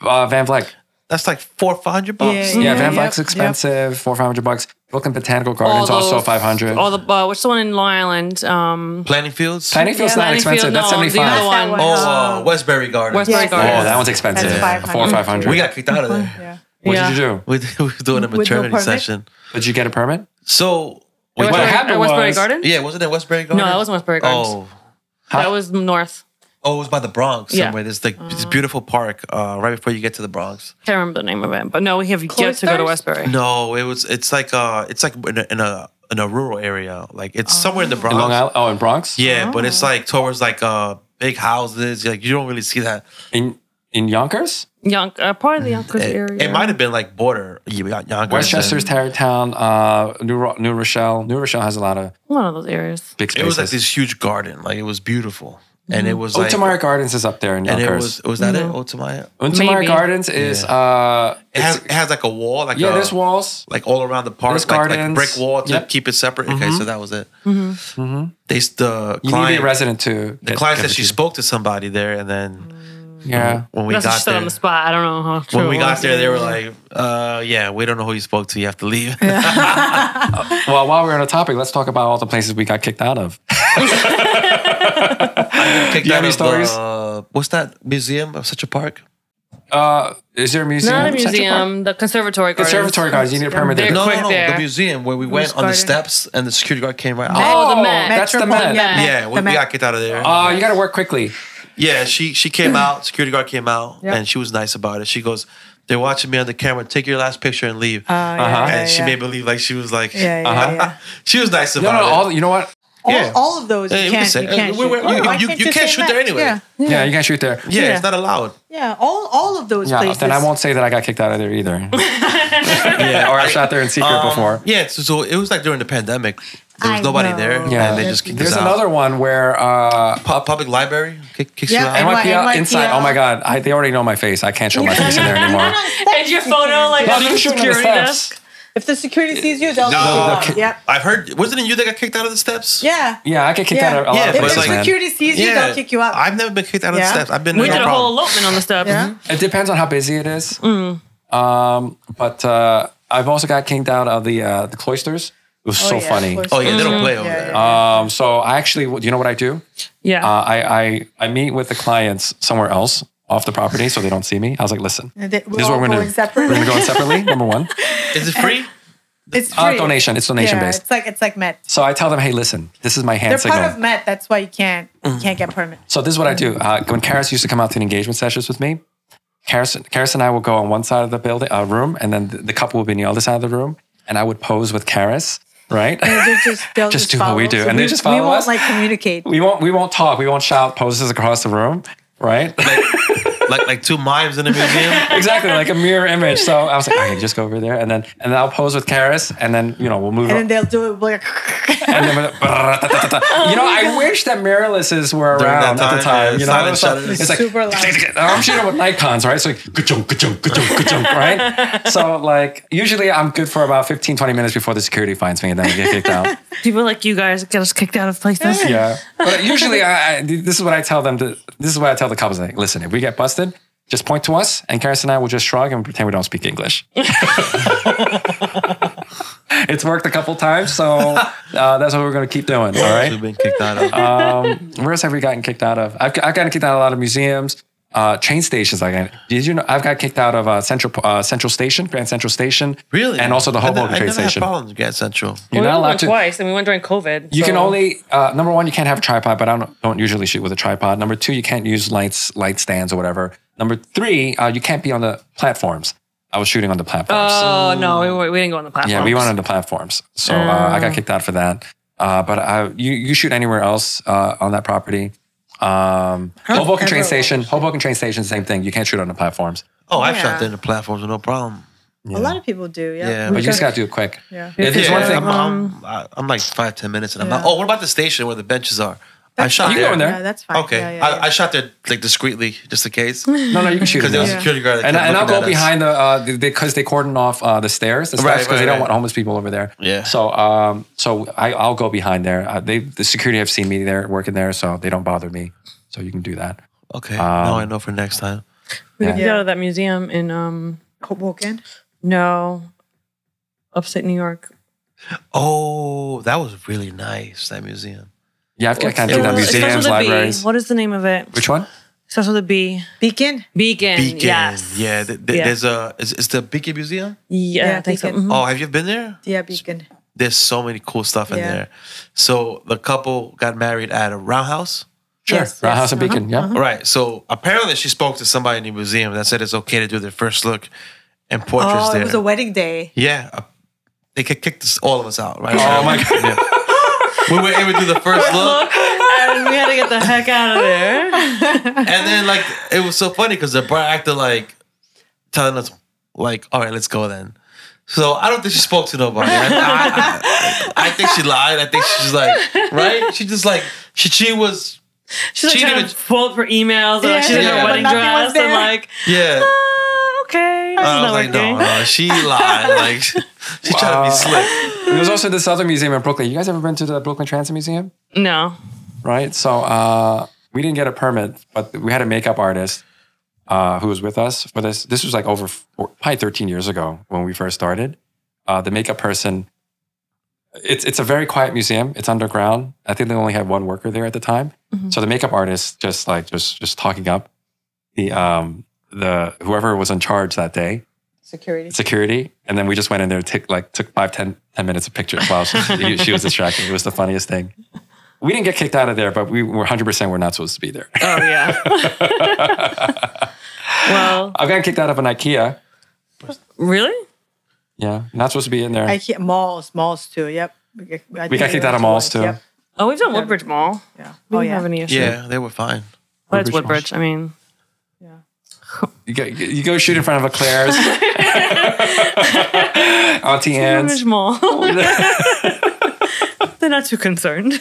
Van Vleck. That's like four, five hundred bucks. Yeah, Yeah, Van yep, Vleck's yep. expensive, four five hundred bucks. Brooklyn Botanical Gardens Mm, All also those- five hundred. All the uh, what's the one in Long Island? Um, Planning fields. Planning Field's Yeah, not Planning expensive. Field, That's no, seventy the other five. one. That Oh, uh, Westbury Garden. Westbury Yes. Garden. Oh, that one's expensive. That's Yeah. 500. Four five hundred. We got kicked out of there. Yeah. What Yeah. did you do? We, did- we were doing a With no maternity permit? session. Did you get a permit? So we Westbury, went- happened uh, Westbury was- Garden? yeah, wasn't it Westbury Garden? No, that wasn't Westbury Gardens. Oh, That was north. oh, it was by the Bronx Yeah. somewhere. There's like this beautiful park uh, right before you get to the Bronx. Can't remember the name of it, but no, we have yet to go to Cloisters? Westbury. No, it was. It's like uh, it's like in a in a, in a rural area. Like it's somewhere in the Bronx. In Long Island? Oh, in Bronx. Yeah, but it's Oh. like towards like uh big houses. Like you don't really see that. In in Yonkers, Yonk, uh, part of the Yonkers It, area. it might have been like border Y- Y- Yonkers. Westchester's Tarrytown, uh, New Ro- New Rochelle. New Rochelle has a lot of one of those areas. big It spaces. was like this huge garden. Like it was beautiful, and Mm. it was like Otamara Gardens is up there in and it Yonkers. was was that it? Otamaya. Otamara Maybe. Gardens is uh, It has, it has like a wall. Like yeah, a, there's walls. like all around the park, There's like, like gardens. brick wall to Yep. Mm-hmm. keep it separate. Okay, so that was it. They s- the You need to be a client, resident to the get- client get said the she deed. spoke to somebody there, and then Yeah. when we That's got just there, on the spot. I don't know how. true when we it got was. there, they were like, uh, "Yeah, we don't know who you spoke to. You have to leave." Well, while we're on the topic, let's talk about all the places we got kicked out of. Kicked You have out any of the- stories? uh, what's that museum of such a park? Uh, is there a museum? not a in Central Park? museum, the conservatory garden. Conservatory Gardens. You need a permit there. They're No, quick no, no, there. the museum where we went on the garden. steps and the security guard came right out. Oh, the Met. That's the Metropolitan- Met. Met. Yeah, we, we the Met. Oh, got kicked out of there. Uh, you got to work quickly. Yeah, she she came out. Security guard came out, Yep. and she was nice about it. She goes, "They're watching me on the camera. Take your last picture and leave." Uh, yeah, Uh-huh. yeah, and she yeah. made believe like she was like, Yeah, yeah, yeah. she was nice No, about no, it. all, you know what? All, Yeah. all of those you Hey, we can can't, say- you can't uh, we- shoot. we- you- Why you- you just can't say shoot there Met? anyway. Yeah. Yeah, you can shoot there. yeah, yeah. it's not allowed. Yeah, all all of those Yeah, places. then I won't say that I got kicked out of there either. Yeah, or I shot there in secret Um, before. Yeah, so, so it was like during the pandemic. There was I nobody know. there, Yeah. and they just kicked There's us another one where uh, out. Pu- public library kick, kicks Yeah, you and out. what- NYPL, NYPL. inside. Oh my God, I, they already know my face. I can't show my face in there anymore. And your photo, like No, on you the can shoot on the security desk. steps. If the security sees you, they'll No. shoot you. Yep. I've heard. Wasn't it you that got kicked out of the steps? Yeah. Yeah, I get kicked out of a lot Yeah, of but it's places, If the like- man. security sees you, they'll kick you out. I've never been kicked out of the Yeah. steps. I've been. We no did a problem. whole elopement on the steps. Yeah. It depends on how busy it is. Mm. Um, but uh, I've also got kicked out of the uh, the cloisters. It was so yeah, funny. cloisters. Oh yeah, they don't play over Yeah, there. yeah. Um, so I actually, do you know what I do? Yeah. Uh, I, I I meet with the clients somewhere else off the property so they don't see me. I was like, listen, They- this we're is all what we're gonna going do. separately. We're gonna go in separately. Number one, Is it free? it's free. uh, donation. It's donation Yeah, based. it's like it's like Met. So I tell them, hey, listen, this is my hand They're signal. part of Met. That's why you can't you Mm. can't get permit. So this is what I do. Uh, when Karis used to come out to the engagement sessions with me, Karis, Karis and I would go on one side of the building, uh, room, and then the, the couple would be on the other side of the room, and I would pose with Karis, right? They just they'll Just just, do what we follow. do. So And they we- just follow We won't us? like communicate. we won't, we won't talk. We won't shout poses across the room, right? like like two mimes in a museum. exactly, like a mirror image. So I was like, okay, just go over there, and then and then I'll pose with Karis, and then you know we'll move. on. And then they'll do it like And then we're like, Oh you know, I wish that mirrorlesses were During that around at the time, yeah, time. you know, silent it was like- shutters. it's like super loud. I'm shooting with Nikon's, right? So like, ka-chunk, ka-chunk, ka-chunk, ka-chunk, right? So like, usually I'm good for about 15, 20 minutes before the security finds me and then I get kicked out. People like you guys get us kicked out of places. Yeah. But usually I, I, this is what I tell them. To, this is what I tell the couples. Like, listen, if we get busted, just point to us and Karis and I will just shrug and pretend we don't speak English. it's worked a couple times. So uh, that's what we're going to keep doing. All right. We've been kicked out of. Um, where else have we gotten kicked out of? I've, I've gotten kicked out of a lot of museums, uh, train stations. Like, did you know? I've got kicked out of uh, Central uh, Central Station, Grand Central Station, really? and also the I ne- Hoboken I train never had station. problems with Grand Central. You're not we only allowed went to. twice, and we went during COVID. You can so- only uh, number one, you can't have a tripod, but I don't, don't usually shoot with a tripod. Number two, you can't use lights, light stands, or whatever. Number three, uh, you can't be on the platforms. I was shooting on the platforms. Oh no, we, we didn't go on the platform. Yeah, we went on the platforms, so uh, I got kicked out for that. Uh, but I, you you shoot anywhere else uh, on that property? Um, Hoboken train ever station, Hoboken train station, same thing. You can't shoot on the platforms. Oh, I've shot Yeah. there in the platforms with no problem. a lot of people do. Yeah. Yeah. But you Because- just gotta do it quick. Yeah. If there's one Yeah, Uh-huh. I'm, thing, I'm, I- I'm like five, ten minutes, and I'm out. Oh, what about the station where the benches are? I shot fine. You there. go in there. Yeah, that's fine. Okay, Yeah, yeah, yeah. I, I shot there like discreetly, just in case, because no, no, you can shoot. in there was a there. security guard. that And, kept I, and I'll looking go at us. behind the uh, because they cordon off uh, the stairs, the steps, Right, because right, they don't right. want homeless people over there. Yeah. So, um, so I, I'll go behind there. Uh, they the security have seen me there working there, so they don't bother me. So you can do that. Okay, now I know for next time. We got kicked Yeah. out of that museum in um Hoboken. No, upstate New York. Oh, that was really nice. That museum. Yeah, I've got kind It of that was- it starts museums, with a B. libraries. What is the name of it? Which one? It starts with a B. Beacon. Beacon. Beacon. Yes. Yeah, th- th- Yeah. Mm-hmm. There's a. Is, is the Beacon Museum? Yeah, Yeah, I think so. Beacon. Mhm. Oh, have you been there? Yeah, Beacon. There's so many cool stuff in Yeah. there. So the couple got married at a roundhouse. Sure. Uh, Yes, Roundhouse yes. and Beacon. Yeah. All right. So apparently she spoke to somebody in the museum that said it's okay to do their first look and portraits Oh, there. it was a wedding day. yeah. uh, They could kick this, all of us out, right? Oh, my God. We were able to do the first look. and we had to get the heck out of there. And then, like, it was so funny because the bar actor, like, telling us, like, all right, let's go then. So I don't think she spoke to nobody. I, I- I- I think she lied. I think she's like, right? She just like, she, she was, She's like She trying didn't to pull up her emails. and, like, she's in Yeah. her But wedding nothing was dress and there. like, yeah. "Ah, okay. This is I not was like, working. no, no, she lied. Like, she, she tried to be Wow. slick. There's also this other museum in Brooklyn. You guys ever been to the Brooklyn Transit Museum? No. right? So uh, we didn't get a permit, but we had a makeup artist uh, who was with us for this. This was like over four, probably 13 years ago when we first started. Uh, the makeup person, it's it's a very quiet museum. It's underground. I think they only had one worker there at the time. Mhm. So the makeup artist just like just just talking up the um the whoever was in charge that day Security. security and then we just went in there and took like took five ten ten minutes of pictures while she, he- she was distracted it was the funniest thing we didn't get kicked out of there but we were 100% we're not supposed to be there Oh yeah. well, i've gotten kicked out of an ikea really? yeah not supposed to be in there I hear malls, malls too. Yep. We get- we I think got kicked out of went malls to too one. Yep. Oh, we've done Woodbridge Mall. Yeah. We Oh didn't have yeah. any issue. Yeah, they were fine. But it's Woodbridge Woodbridge. I mean, you, go, you go shoot in front of a claire's auntie Woodbridge anne's Mall. They're not too concerned.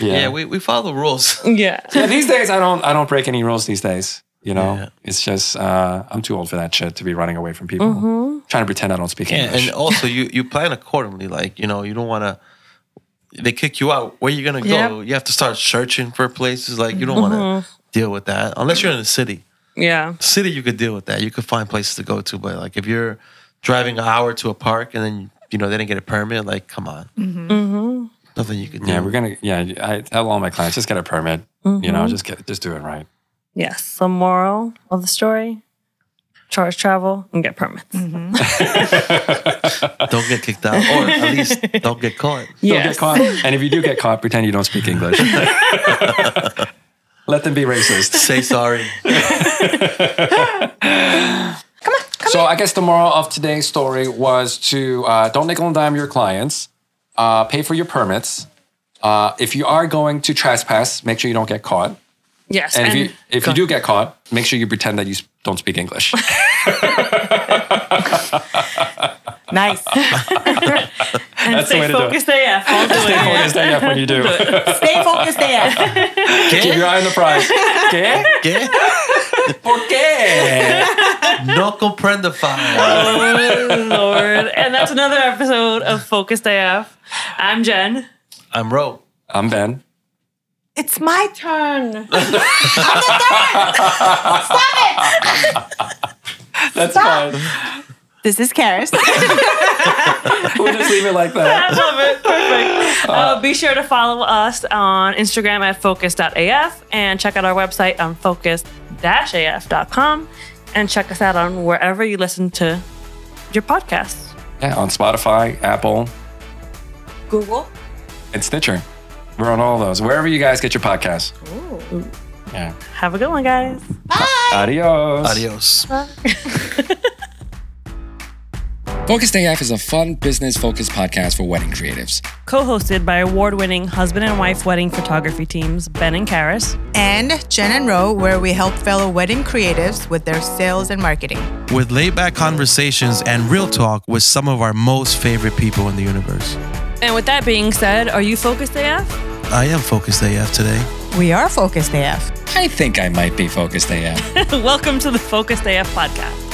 Yeah, yeah, we, we follow the rules. yeah. Yeah, these days i don't i don't break any rules these days you know Yeah. it's just uh, i'm too old for that shit to be running away from people trying to pretend i don't speak Yeah, english and also you you plan accordingly. Like you know, you don't want to. They kick you out. Where you gonna go? You have to start searching for places. Like you don't want to deal with that unless you're in the city. Yeah. City, you could deal with that. You could find places to go to. But like if you're driving an hour to a park and then you know they didn't get a permit, like come on, Mm-hmm. nothing you could do. Yeah, we're gonna. Yeah, I tell all my clients just get a permit. You know, just get just do it right. Yes. The moral of the story: charge travel and get permits. don't get kicked out, or at least don't get caught. Don't get caught. And if you do get caught, pretend you don't speak English. Let them be racist. Say sorry. so I guess the moral of today's story was to uh, don't nickel and dime your clients. Uh, pay for your permits. Uh, if you are going to trespass, make sure you don't get caught. Yes. And, if you if you do get caught, make sure you pretend that you s- don't speak English. Nice. and that's the stay way to do it. focused AF. I'll do it. Focus AF when you do. Stay focused there. Keep your ¿Qué? eye on the prize. ¿Qué? ¿Qué? ¿Por qué? No comprendo fine. Oh Lord! And that's another episode of Focused AF. I'm Jen. I'm Ro. I'm Ben. It's my turn. That's fine. This is Karis. We'll just leave it like that. I love it. Perfect. Uh, be sure to follow us on Instagram at focus.af and check out our website on focus-af.com and check us out on wherever you listen to your podcasts. Yeah, on Spotify, Apple, Google. and Stitcher. We're on all those. Wherever you guys get your podcasts. Yeah. Have a good one, guys. Adios. Adios. Focused AF is a fun business focused podcast for wedding creatives. Co-hosted by award-winning husband and wife wedding photography teams Ben and Karis. And Jen and Ro, where we help fellow wedding creatives with their sales and marketing. with laid back conversations and real talk with some of our most favorite people in the universe. And with that being said, are you focused AF? I am Focused AF today. We are focused AF. I think I might be Focused AF. Welcome to the Focused AF podcast.